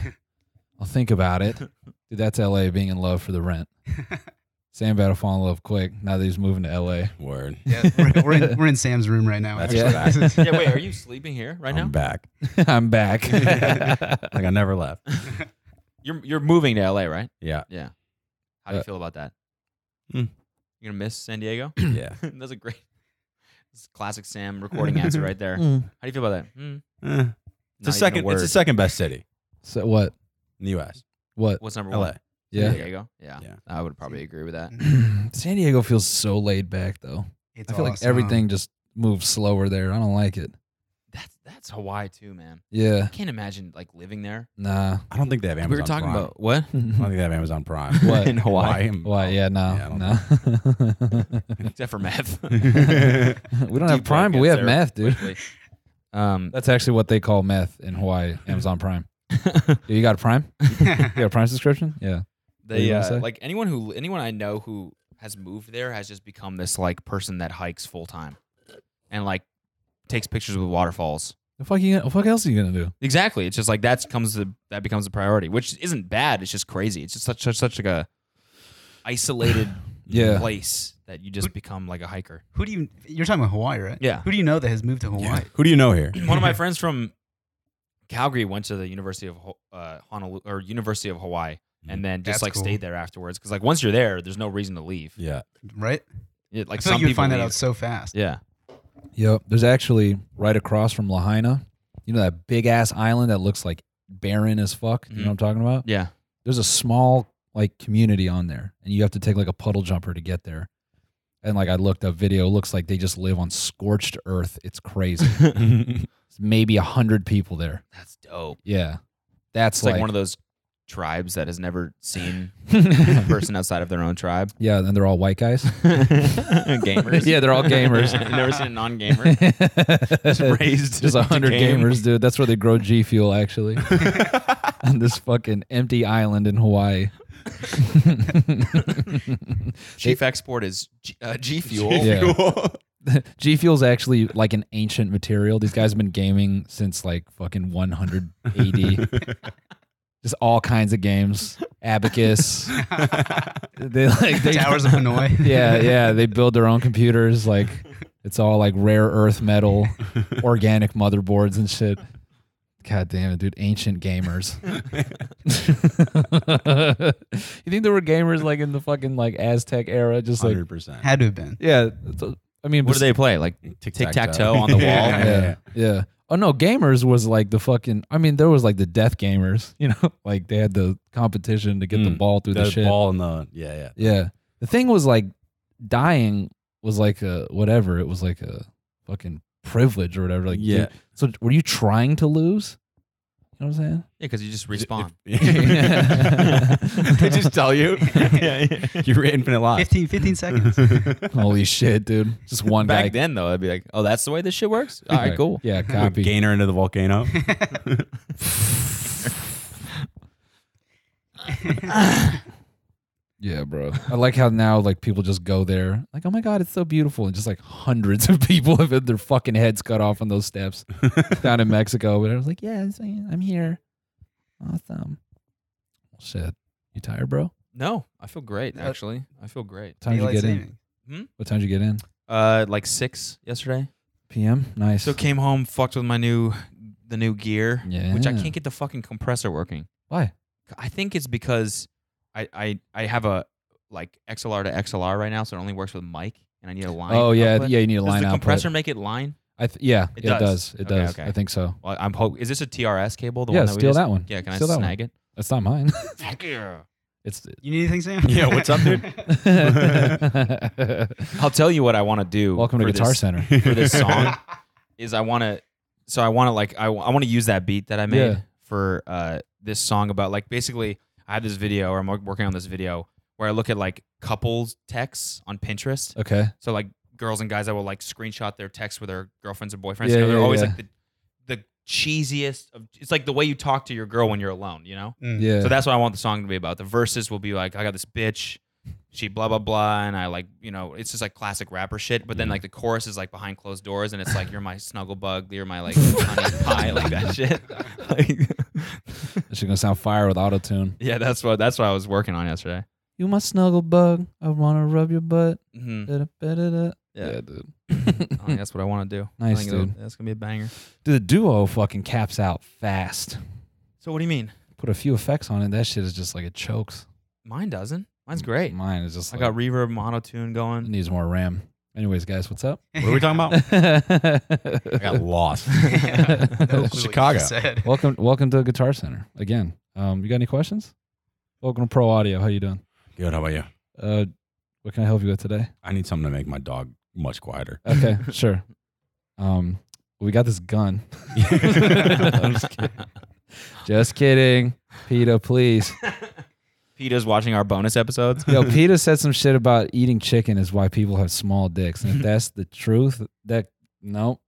I'll think about it. Dude, that's LA being in love for the rent. Sam better fall in love quick now that he's moving to LA.
Word.
Yeah, we're, we're in, we're in Sam's room right now.
That's
actually.
yeah, wait, are you sleeping here right
I'm
now?
back.
I'm back.
Like I never left.
You're you're moving to LA, right?
Yeah.
Yeah. How do you
Uh,
feel about that?
Hmm.
You're gonna miss San Diego?
Yeah.
That's a great that's a classic Sam recording answer right there. How
Mm.
do you feel about that? Hmm.
Eh, it's the
Not even
second.
a
It's the
word.
second best city
So what?
in the U.S.
What?
What's number
L.A.
one?
Yeah. Mm.
San Diego? Yeah.
Yeah.
I would probably agree with that.
San Diego feels so laid back though.
It's
I feel like
awesome.
everything just moves slower there. I don't like it.
That's that's Hawaii too, man.
Yeah.
I can't imagine like living there.
Nah.
I don't think they have Amazon. Prime.
what?
I don't think they have Amazon Prime.
What?
in Hawaii.
Why? Yeah, no.
Yeah, I don't
no.
Except for meth.
we don't have Prime, but we have meth, dude.
Um
That's actually what they call meth in Hawaii, Amazon Prime. you got a Prime? You got a Prime subscription? Yeah. What do
they
you wanna
uh,
say?
like anyone who anyone I know who has moved there has just become this like person that hikes full time and like takes pictures with waterfalls.
The fuck, you, the fuck else are you going to do?
Exactly. It's just like that's comes the that becomes the priority, which isn't bad. It's just crazy. It's just such such, such like a isolated
Yeah.
place that you just become like a hiker.
Who do you? You're talking about Hawaii, right?
Yeah.
Who do you know that has moved to Hawaii?
Yeah. Who do you know here?
One of my friends from Calgary went to the University of Ho- uh, Honolulu or University of Hawaii, and then just
That's
like
cool.
stayed there afterwards. Because like once you're there, there's no reason to leave.
Yeah.
Right?
Yeah, like
I feel
some
like you'd
people
find that
leave.
out so fast.
Yeah,
Yep. There's actually right across from Lahaina, you know, that big ass island that looks like barren as fuck. You know what I'm talking about?
Mm-hmm. yeah.
There's a small, like, community on there, and you have to take, like, a puddle jumper to get there. And, like, I looked up video. It looks like they just live on scorched earth. It's crazy. It's maybe 100 people there.
That's dope.
Yeah. That's
It's like, one of those tribes that has never seen a
those.
person outside of their own tribe.
yeah, and they're all white guys.
gamers.
Yeah, they're all gamers.
I've never seen a non-gamer.
just
raised
just
to
100
game.
gamers, dude. That's where they grow G Fuel, actually. on this fucking empty island in Hawaii.
Chief export is G, uh, G Fuel.
Yeah. G Fuel's actually like an ancient material. These guys have been gaming since like fucking 100 AD. Just all kinds of games. Abacus. they like they
Towers of Hanoi.
Yeah, yeah. They build their own computers. Like it's all like rare earth metal, organic motherboards and shit. God damn it, dude. Ancient gamers. you think there were gamers like in the fucking like Aztec era? Just like
Hundred percent.
Had to have been.
yeah. it's a- I mean,
What do they play? Like tic tac toe on the wall.
Yeah.
yeah, yeah, Oh no, gamers was like the fucking. I mean, there was like the death gamers. You know, like they had the competition to get the
Mm,
ball through the,
The
shit.
ball in the yeah yeah.
Yeah. The thing was like dying was like a whatever. It was like a fucking privilege or whatever. Like
Yeah.
dude, so were you trying to lose? You know what I'm saying?
because you just respawn.
they just tell you you're infinite life.
15, 15 seconds.
Holy shit, dude! Just one
Back
guy.
then, though, I'd be like, "Oh, that's the way this shit works." All right, cool.
Yeah, copy.
Gainer into the volcano.
Yeah, bro. I like how now like people just go there, like, oh my god, it's so beautiful, and just like hundreds of people have had their fucking heads cut off on those steps down in Mexico. But I was like, yeah, it's- eh, I'm here. Awesome. Well, shit, you tired, bro? What
No, I feel great.
Uh,
Actually, I feel great.
time did you
Daylight
get in?
saving.
What time did you get in?
Uh, like six yesterday.
PM. Nice.
So came home, fucked with my new, the new gear, which I
Yeah.
can't get the fucking compressor working.
Why?
I think it's because I I I have a like XLR to XLR right now, so it only works with mic, and I need a line.
oh yeah,
output.
yeah. You need a
Does
line
the
output.
compressor make it line?
I th- yeah,
It
it, does.
does.
It
Okay,
does.
okay.
I think so.
Well, I'm hope. Is this a TRS cable? The
yeah,
one that we
steal
just-
that one.
Yeah, can
Steal
I
that
snag it?
That's not mine.
Fuck yeah.
It's
You need anything, Sam?
Yeah, what's up, dude?
welcome
I'll tell you what I want to do.
to
for
Guitar
this-
Center.
for this song is I want to. So I want to like I, I want to use that beat that I made
Yeah.
for uh this song about like basically I have this video or I'm wor- working on this video where I look at like couples texts on Pinterest.
Okay.
So like girls and guys that will like screenshot their texts with their girlfriends and boyfriends.
Yeah,
you know, they're
yeah,
always
yeah.
like the the cheesiest. Of, it's like the way you talk to your girl when you're alone. You know.
Mm.
Yeah.
So that's what I want the song to be about. The verses will be like, I got this bitch, she blah blah blah, and I like, you know, it's just like classic rapper shit.
Mm.
But then like the chorus is like behind closed doors, and it's like, you're my snuggle bug, you're my like honey pie, like that shit. Like,
She's gonna sound fire with auto tune.
yeah, that's what that's what I was working on yesterday.
You my snuggle bug. I wanna rub your butt.
hmm
Da-da-ba-da-da.
Yeah. Oh,
dude.
I think that's what I want to do.
Nice,
I think it'll-
dude.
That's gonna be a banger.
Dude, the duo fucking caps out fast.
So what do you mean?
Put a few effects on it. That shit is just like it chokes.
Mine doesn't. Mine's great.
Mine is just
I
like
got reverb, monotune
it
going.
needs more RAM. Anyways, guys, what's up?
What are we talking about? I got lost.
No clue what you
Chicago.
said.
welcome, welcome to Guitar Center again. Um, you got any questions? Welcome to Pro Audio. How you doing?
Good. How about you?
Uh, what can I help you with today?
I need something to make my dog much quieter.
Okay, sure. Um, we got this gun.
I'm just kidding.
Just kidding, Peta. Please,
Peter's watching our bonus episodes.
yo, Peta said some shit about eating chicken is why people have small dicks, and if that's the truth, that no,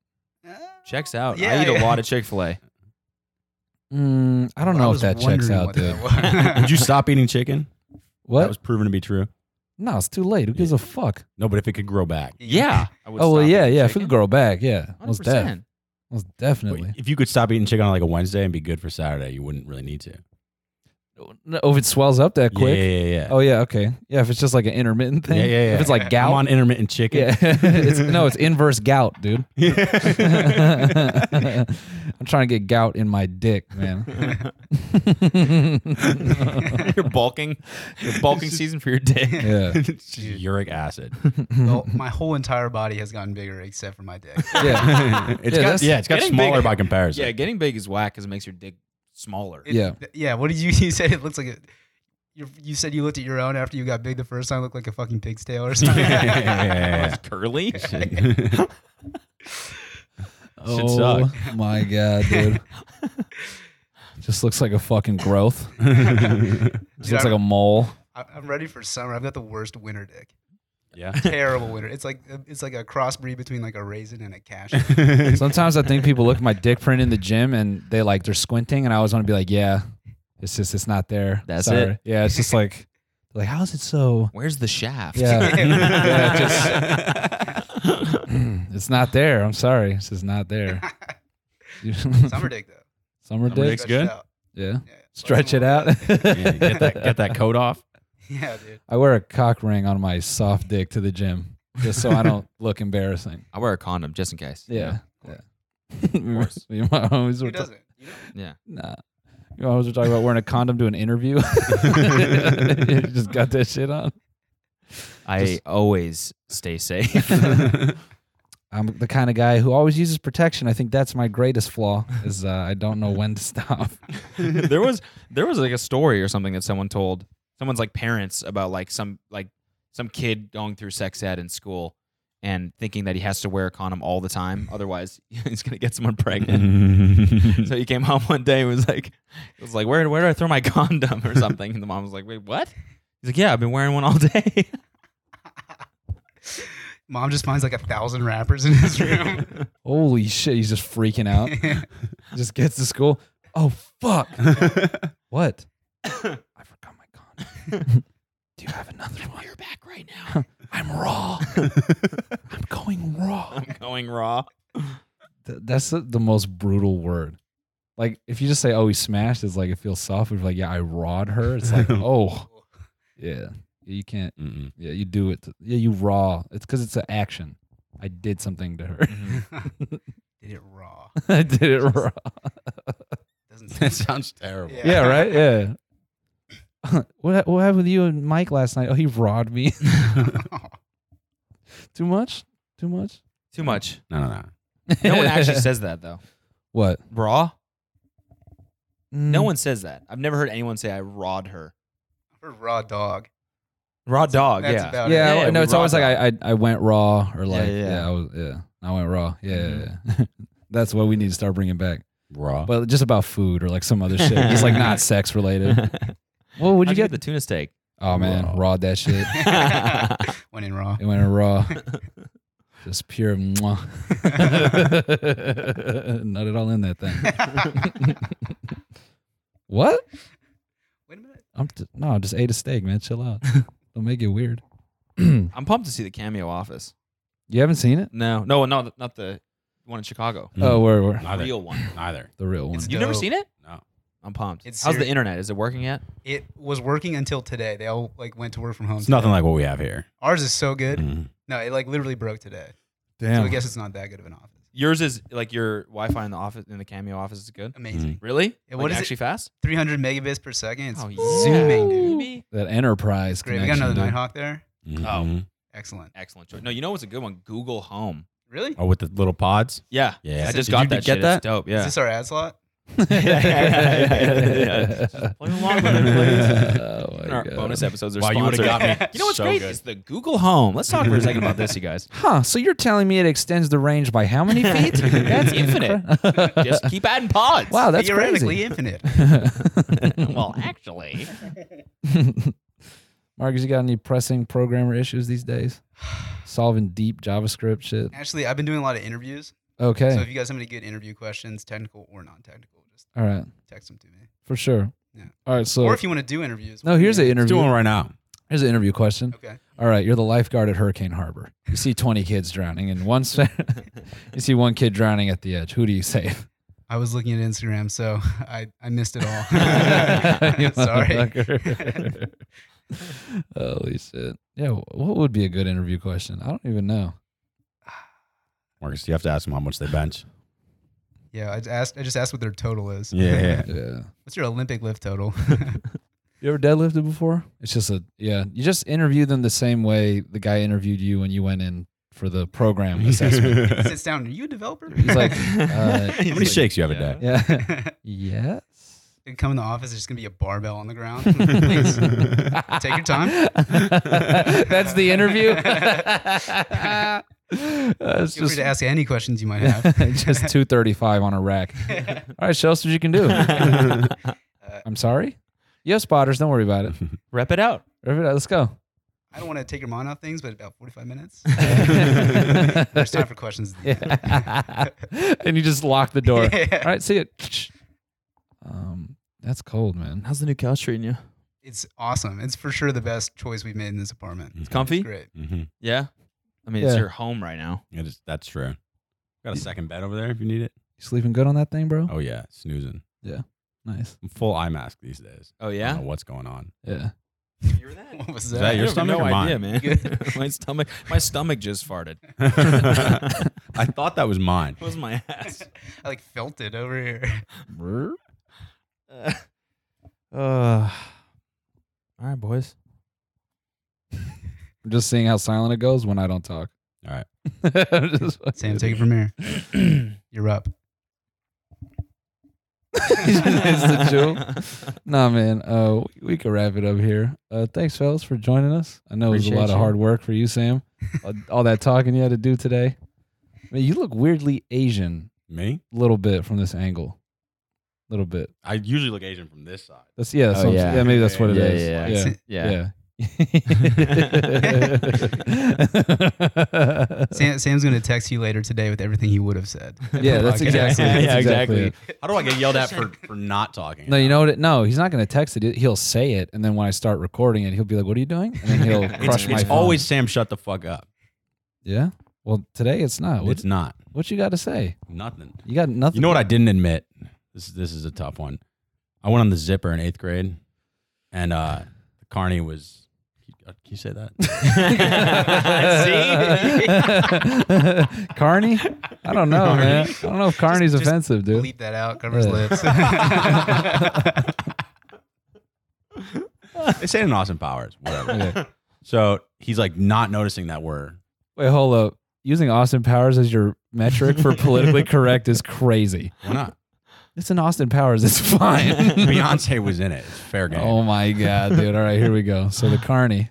Checks out.
Yeah,
I eat
yeah.
a lot of Chick Fil A.
mm, I don't know if
was
that checks
wondering
out,
what
dude.
that was.
Would you stop eating chicken? That
What?
was proven to be true.
no, it's too late. Who gives a fuck?
No, but if it could grow back,
I would
Oh well,
stop
yeah,
eating
yeah.
chicken.
Food girl back, yeah. Most
100%.
def, most
Wait,
definitely.
if you could stop eating chicken on like a Wednesday and be good for Saturday, you wouldn't really need to.
No, oh, if it swells up that quick.
Yeah, yeah, yeah. yeah.
Oh yeah, okay. Yeah, if it's just like an intermittent thing.
yeah, yeah, yeah.
If it's like gout.
I'm on intermittent chicken.
yeah. it's, no, it's inverse gout, dude. I'm trying to get gout in my dick, man.
You're bulking. You're bulking season for your dick.
yeah.
It's just uric acid.
Well, my whole entire body has gotten bigger except for my dick.
Yeah.
It's
Yeah,
got,
that's-
yeah, it's got
Getting
smaller
big-
by comparison.
Yeah, getting big is whack because it makes your dick smaller.
It-
Yeah.
th- yeah. What did you? You said it looks like a. You, you said you looked at your own after you got big the first time, looked like a fucking pig's tail or something.
yeah,
It's curly.
yeah, yeah. Shit. Shit
Oh my god, dude. Just looks like a fucking growth. Just
Dude,
looks
I-
like a mole.
I- I'm ready for summer. I've got the worst winter dick.
yeah.
Terrible winter. It's like it's like a crossbreed between like a raisin and a cash.
Sometimes I think people look at my dick print in the gym and they like they're squinting, and I always want to be like, yeah, it's just it's not there.
That's it.
Yeah, it's just like like how is it so?
Where's the shaft?
Yeah, yeah, it just
just
it's not there. I'm sorry, it's just not there.
summer dick though.
Summer dick.
dick's
Stretch
good?
it out.
Yeah,
Yeah.
stretch it out.
yeah, get that get that coat off.
Yeah, dude.
I wear a cock ring on my soft dick to the gym just so I don't look embarrassing.
I wear a condom just in case.
Yeah. yeah.
course.
Me and my homies
Who
were ta-
doesn't? You know?
Yeah.
nah. You know, I was talking about wearing a condom to an interview. You just got that shit on.
I always stay safe.
I'm the kind of guy who always uses protection. I think that's my greatest flaw is uh, I don't know when to stop.
there was there was like a story or something that someone told someone's like parents about like some like some kid going through sex ed in school and thinking that he has to wear a condom all the time otherwise he's gonna get someone pregnant so he came home one day and was like it was like where where do I throw my condom or something and the mom was like wait what he's like yeah I've been wearing one all day
Mom just finds like a thousand rappers in his room.
Holy shit, he's just freaking out. just gets to school. Oh fuck. what? I forgot my condom. Do you have another one?
you're back right now
I'm raw. I'm going raw.
I'm going raw
Th- that's the, the most brutal word. Like if you just say, "Oh, he smashed," it's like it feels soft. If you're like, "Yeah, I rawed her," it's like, "Oh, yeah, Yeah, you can't."
Mm-mm.
Yeah, you do it. to- yeah, you raw. It's because it's an action. I did something to her.
Did it raw.
I did it raw.
Doesn't sound
That sounds terrible.
Yeah.
Yeah, right. Yeah. what what happened with you and Mike last night? Oh, he rawed me. Too much. Too much.
too much
No, no, no.
no one actually says that though
what.
raw
Mm,
no one says that I've never heard anyone say I rawed her
or raw dog.
Raw dog.
That's
yeah.
about
Yeah,
it.
Yeah,
well, no,
we
it's always
raw
like I, I I went raw or like yeah, yeah.
yeah.
I was yeah, I went raw. Yeah, yeah, yeah. that's what we need to start bringing back.
Raw.
But just about food or like some other shit, just like not sex related. Well, would
How'd
you get?
the tuna steak?
oh man,
Raw.
raw. that shit.
Went in raw.
It went raw, just pure. Mwah. not at all in that thing. What?
Wait a minute.
I'm t- no, I just ate a steak, man. Chill out. Don't make it weird.
I'm pumped to see the cameo office.
You haven't seen it?
No, no, no, not the one in Chicago.
Mm.
Oh, where where
Neither.
Real one.
Neither.
the real one?
It's-
You've never
Dope.
seen it?
No.
I'm pumped.
It's
How's the
serious.
internet? Is it working yet?
It was working until today. They all like went to work from home.
It's nothing like what we have here.
Ours is so good.
Mhm.
No, it like literally broke today. So I
Damn.
guess it's not that good of an office.
Yours is like your Wi-Fi in the office in the cameo office is good.
Amazing.
Really?
Yeah,
Like,
what is it?
actually fast?
300 megabits per second. It's
Oh,
zooming, dude.
Maybe.
That enterprise.
Great. We got another
connection,
Nighthawk there.
Mhm.
Excellent.
Excellent choice. No, you know what's a good one? Google Home.
Really?
Oh, with the little pods.
Yeah.
Yeah.
I
Is it-
just
did
got
you
that.
get
shit.
that?
It's dope.
Is
Yeah.
this our ad slot?
Just play along with it, please.
Oh my
Our
God.
bonus episodes are
Wow, you would've
sponsored.
got me.
You know what's
so
crazy?
good.
It's the Google Home. Let's talk for a second about this, you guys.
Huh? So you're telling me it extends the range by how many feet? That's
Infinite.
incre-
Just keep adding pods.
wow, that's
Theoretically
crazy.
infinite.
well, actually,
Marcus, you got any pressing programmer issues these days? Solving deep JavaScript shit.
Actually, I've been doing a lot of interviews.
Okay.
So if you guys have any good interview questions, technical or non-technical, just
All right.
text them to me.
For sure.
Yeah.
All right. So
or if you want to do interviews.
no, here's an
a
Let's do one
interview.
right now.
Here's an interview question.
Okay.
All right, you're the lifeguard at Hurricane Harbor. You see 20 kids drowning, and one se- you see one kid drowning at the edge. Who do you save?
I was looking at Instagram, so I, I missed it all. Sorry.
Motherfucker. Holy shit. Yeah, wh- what would be a good interview question? I don't even know.
Marcus, you have to ask them how much they bench.
Yeah, I just asked. I just asked what their total is.
Yeah.
Yeah.
What's your Olympic lift total?
You ever deadlifted before? It's just a yeah. You just interview them the same way the guy interviewed you when you went in for the program assessment.
He
How
sits down. Are you a developer?
He's like, uh,
many shakes you have a day?
yeah,
They
yes.
come in the office. There's just gonna be a barbell on the ground. Please take your time.
That's the interview. That's
Feel free
just
to ask any questions you might have.
just two thirty five on a rack. All right, show us what you can do. I'm sorry. You have spotters. Don't worry about it.
Rep it out.
Everybody, Let's go.
I don't want to take your mind off things, but about 45 minutes. There's
Yeah.
time for questions.
and you just lock the door. All
Yeah.
right, see it. Um, that's cold, man.
How's the new couch treating you?
It's awesome. It's for sure the best choice we've made in this apartment.
Mm.
It's
Comfy?
It's great.
Mm-hmm.
Yeah. I mean, it's
Yeah.
your home right now.
It is, that's true. Got a second bed over there if you need it.
You sleeping good on that thing, bro?
Oh yeah, snoozing.
Nice.
I'm full eye mask these days.
Oh
I
yeah.
don't know what's going on.
Yeah.
What was
that
that?
I
your
have
stomach
no
or mine?
idea, man.
Good.
my stomach, my stomach just farted.
I thought that was mine.
It was my ass.
I like felt it over here.
Uh, all right, boys.
I'm just seeing how silent it goes when I don't talk.
All right.
I'm just-
Sam, take it from here. You're up.
It's the jewel. Nah, man. Uh, we, we could wrap it up here. Uh, thanks, fellas, for joining us. I know it was a lot
Appreciate
of
you.
hard work for you, Sam. all, all that talking you had to do today. Man, you look weirdly Asian,
Me?
a little bit from this angle, little bit.
I usually look Asian from this side.
That's yeah. that's
Oh,
what I'm-
yeah.
yeah, maybe that's what it
Yeah,
is.
yeah,
yeah.
Yeah.
Sam, Sam's going to text you later today with everything he would have said.
Yeah, that's
Okay.
exactly.
Yeah,
that's
yeah, exactly.
it.
How do I get yelled at for, for not talking?
No, you know what? It, no, he's not going to text it. He'll say it, and then when I start recording it, he'll be like, "What are you doing?" And then he'll
It's,
crush my.
it's
phone.
always Sam. Shut the fuck up.
Yeah. Well, today it's not. What,
It's not
what you got to say?
nothing.
You got nothing.
You know what I didn't admit? This this is a tough one. I went on the zipper in eighth grade, and uh, Carney was. uh, Can you say that?
See, Carney. I don't know, man. I don't know if Carney's
Just- just
offensive, dude.
Bleep that out. Cover his
Yeah.
lips. Oh
they say it in Austin Powers, whatever.
Okay.
So he's like not noticing that word.
Wait, hold up. Using Austin Powers as your metric for politically correct is crazy.
Why not?
It's in Austin Powers. It's fine.
Beyonce was in it. It's fair game.
oh my god, dude! All right, here we go. So the carney.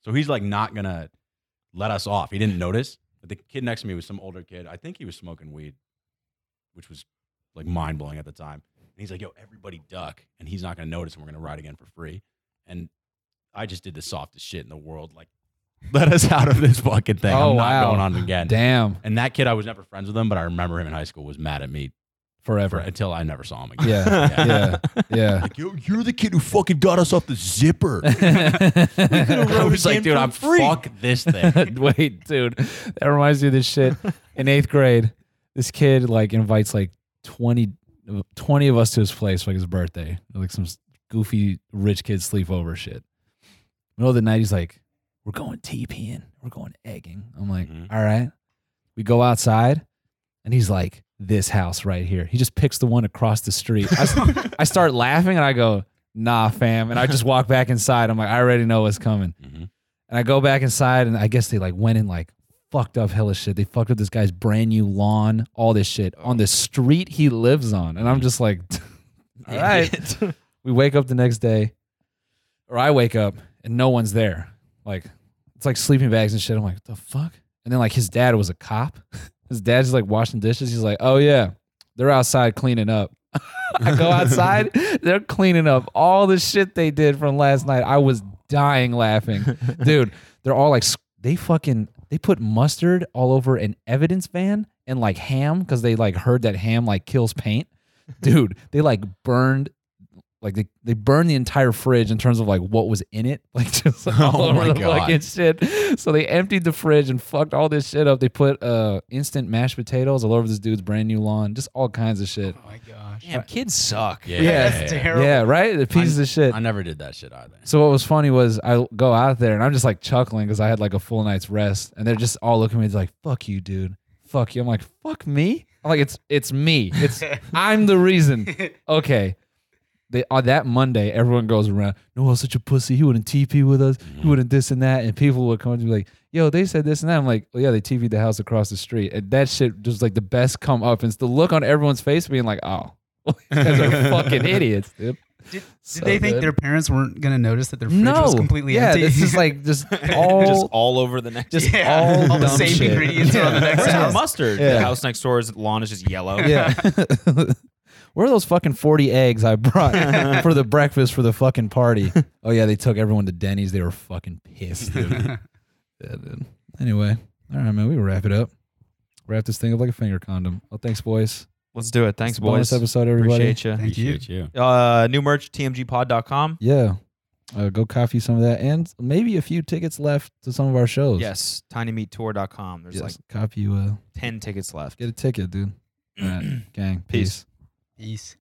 So he's like not gonna let us off. He didn't notice. But the kid next to me was some older kid. I think he was smoking weed, which was like mind blowing at the time. And he's like, "Yo, everybody duck," and he's not gonna notice, and we're gonna ride again for free. And I just did the softest shit in the world. Like, let us out of this fucking thing.
Oh,
I'm not
wow.
going on again.
Damn,
And that kid, I was never friends with him, but I remember him in high school was mad at me for,
forever.
until I never saw him again.
Yeah, yeah, yeah.
Like, Yo, you're the kid who fucking got us off the zipper. I was like, dude, I'm fuck this thing. Mm-hmm.
Wait, dude, that reminds me of this shit. In eighth grade, this kid like invites like 20, 20 of us to his place for like his birthday, like some goofy rich kid sleepover shit. Middle of the night, he's like, "We're going TPing, we're going egging." I'm like,
Mhm.
"All right." We go outside, and he's like, "This house right here." He just picks the one across the street. I, s- I start laughing, and I go, "Nah, fam," and I just walk back inside. I'm like, "I already know what's coming."
Mhm.
And I go back inside, and I guess they like went and like fucked up hella shit. They fucked up this guy's brand new lawn, all this shit on the street he lives on. And I'm just like, all right. We wake up the next day, or I wake up and no one's there. Like it's like sleeping bags and shit. I'm like, what the fuck? And then like his dad was a cop. His dad's just like washing dishes. He's like, oh yeah, they're outside cleaning up. I go outside, they're cleaning up all the shit they did from last night. I was dying laughing, dude. They're all like, s- they fucking they put mustard all over an evidence van and like ham because they like heard that ham like kills paint, dude. They like burned like they, they burned the entire fridge in terms of like what was in it, like just all
Oh
over
my
the
God.
fucking shit. So they emptied the fridge and fucked all this shit up. They put uh instant mashed potatoes all over this dude's brand new lawn, just all kinds of shit.
Oh my gosh.
Damn, kids suck.
Yeah.
That's terrible.
Yeah, right. The pieces of shit.
I never did that shit either.
so what was funny was I go out there and I'm just like chuckling because I had like a full night's rest, and they're just all looking at me like, "Fuck you, dude. Fuck you." I'm like, "Fuck me." I'm like it's it's me. It's I'm the reason. Okay. They, on that Monday, everyone goes around. Noel's such a pussy. He wouldn't TP with us.
Mm-hmm.
He wouldn't this and that. And people would come to me like, "Yo, they said this and that." I'm like, "Well, yeah, they TP'd the house across the street." And that shit just like the best come up. And it's the look on everyone's face being like, "Oh, you guys are fucking idiots, dude."
Did,
So
did they think
good.
their parents weren't going to notice that their fridge was completely
yeah,
empty?
this is like just all
Just all over the next.
Just-
yeah,
all
the
dumb
same
shit.
ingredients are on the
Yeah.
next
Where's our
house.
mustard?
Yeah.
The house next door's lawn is just yellow.
yeah. Where are those fucking forty eggs I brought for the breakfast for the fucking party? Oh yeah, they took everyone to Denny's. They were fucking pissed. Dude. Yeah, dude. Anyway, all right, man, we can wrap it up. Wrap this thing up like a finger condom. Well, thanks, boys.
Let's do it. Thanks,
Bonus
boys.
episode, everybody.
Appreciate you.
Thank you.
Appreciate you.
Uh, new merch, tmgpod.com.
Yeah. Uh, go coffee some of that, and maybe a few tickets left to some of our shows.
Yes, tinymeattour.com. There's
Yes.
like
copy you. Uh,
10 tickets left.
get a ticket, dude. All right, gang.
Peace.
Peace.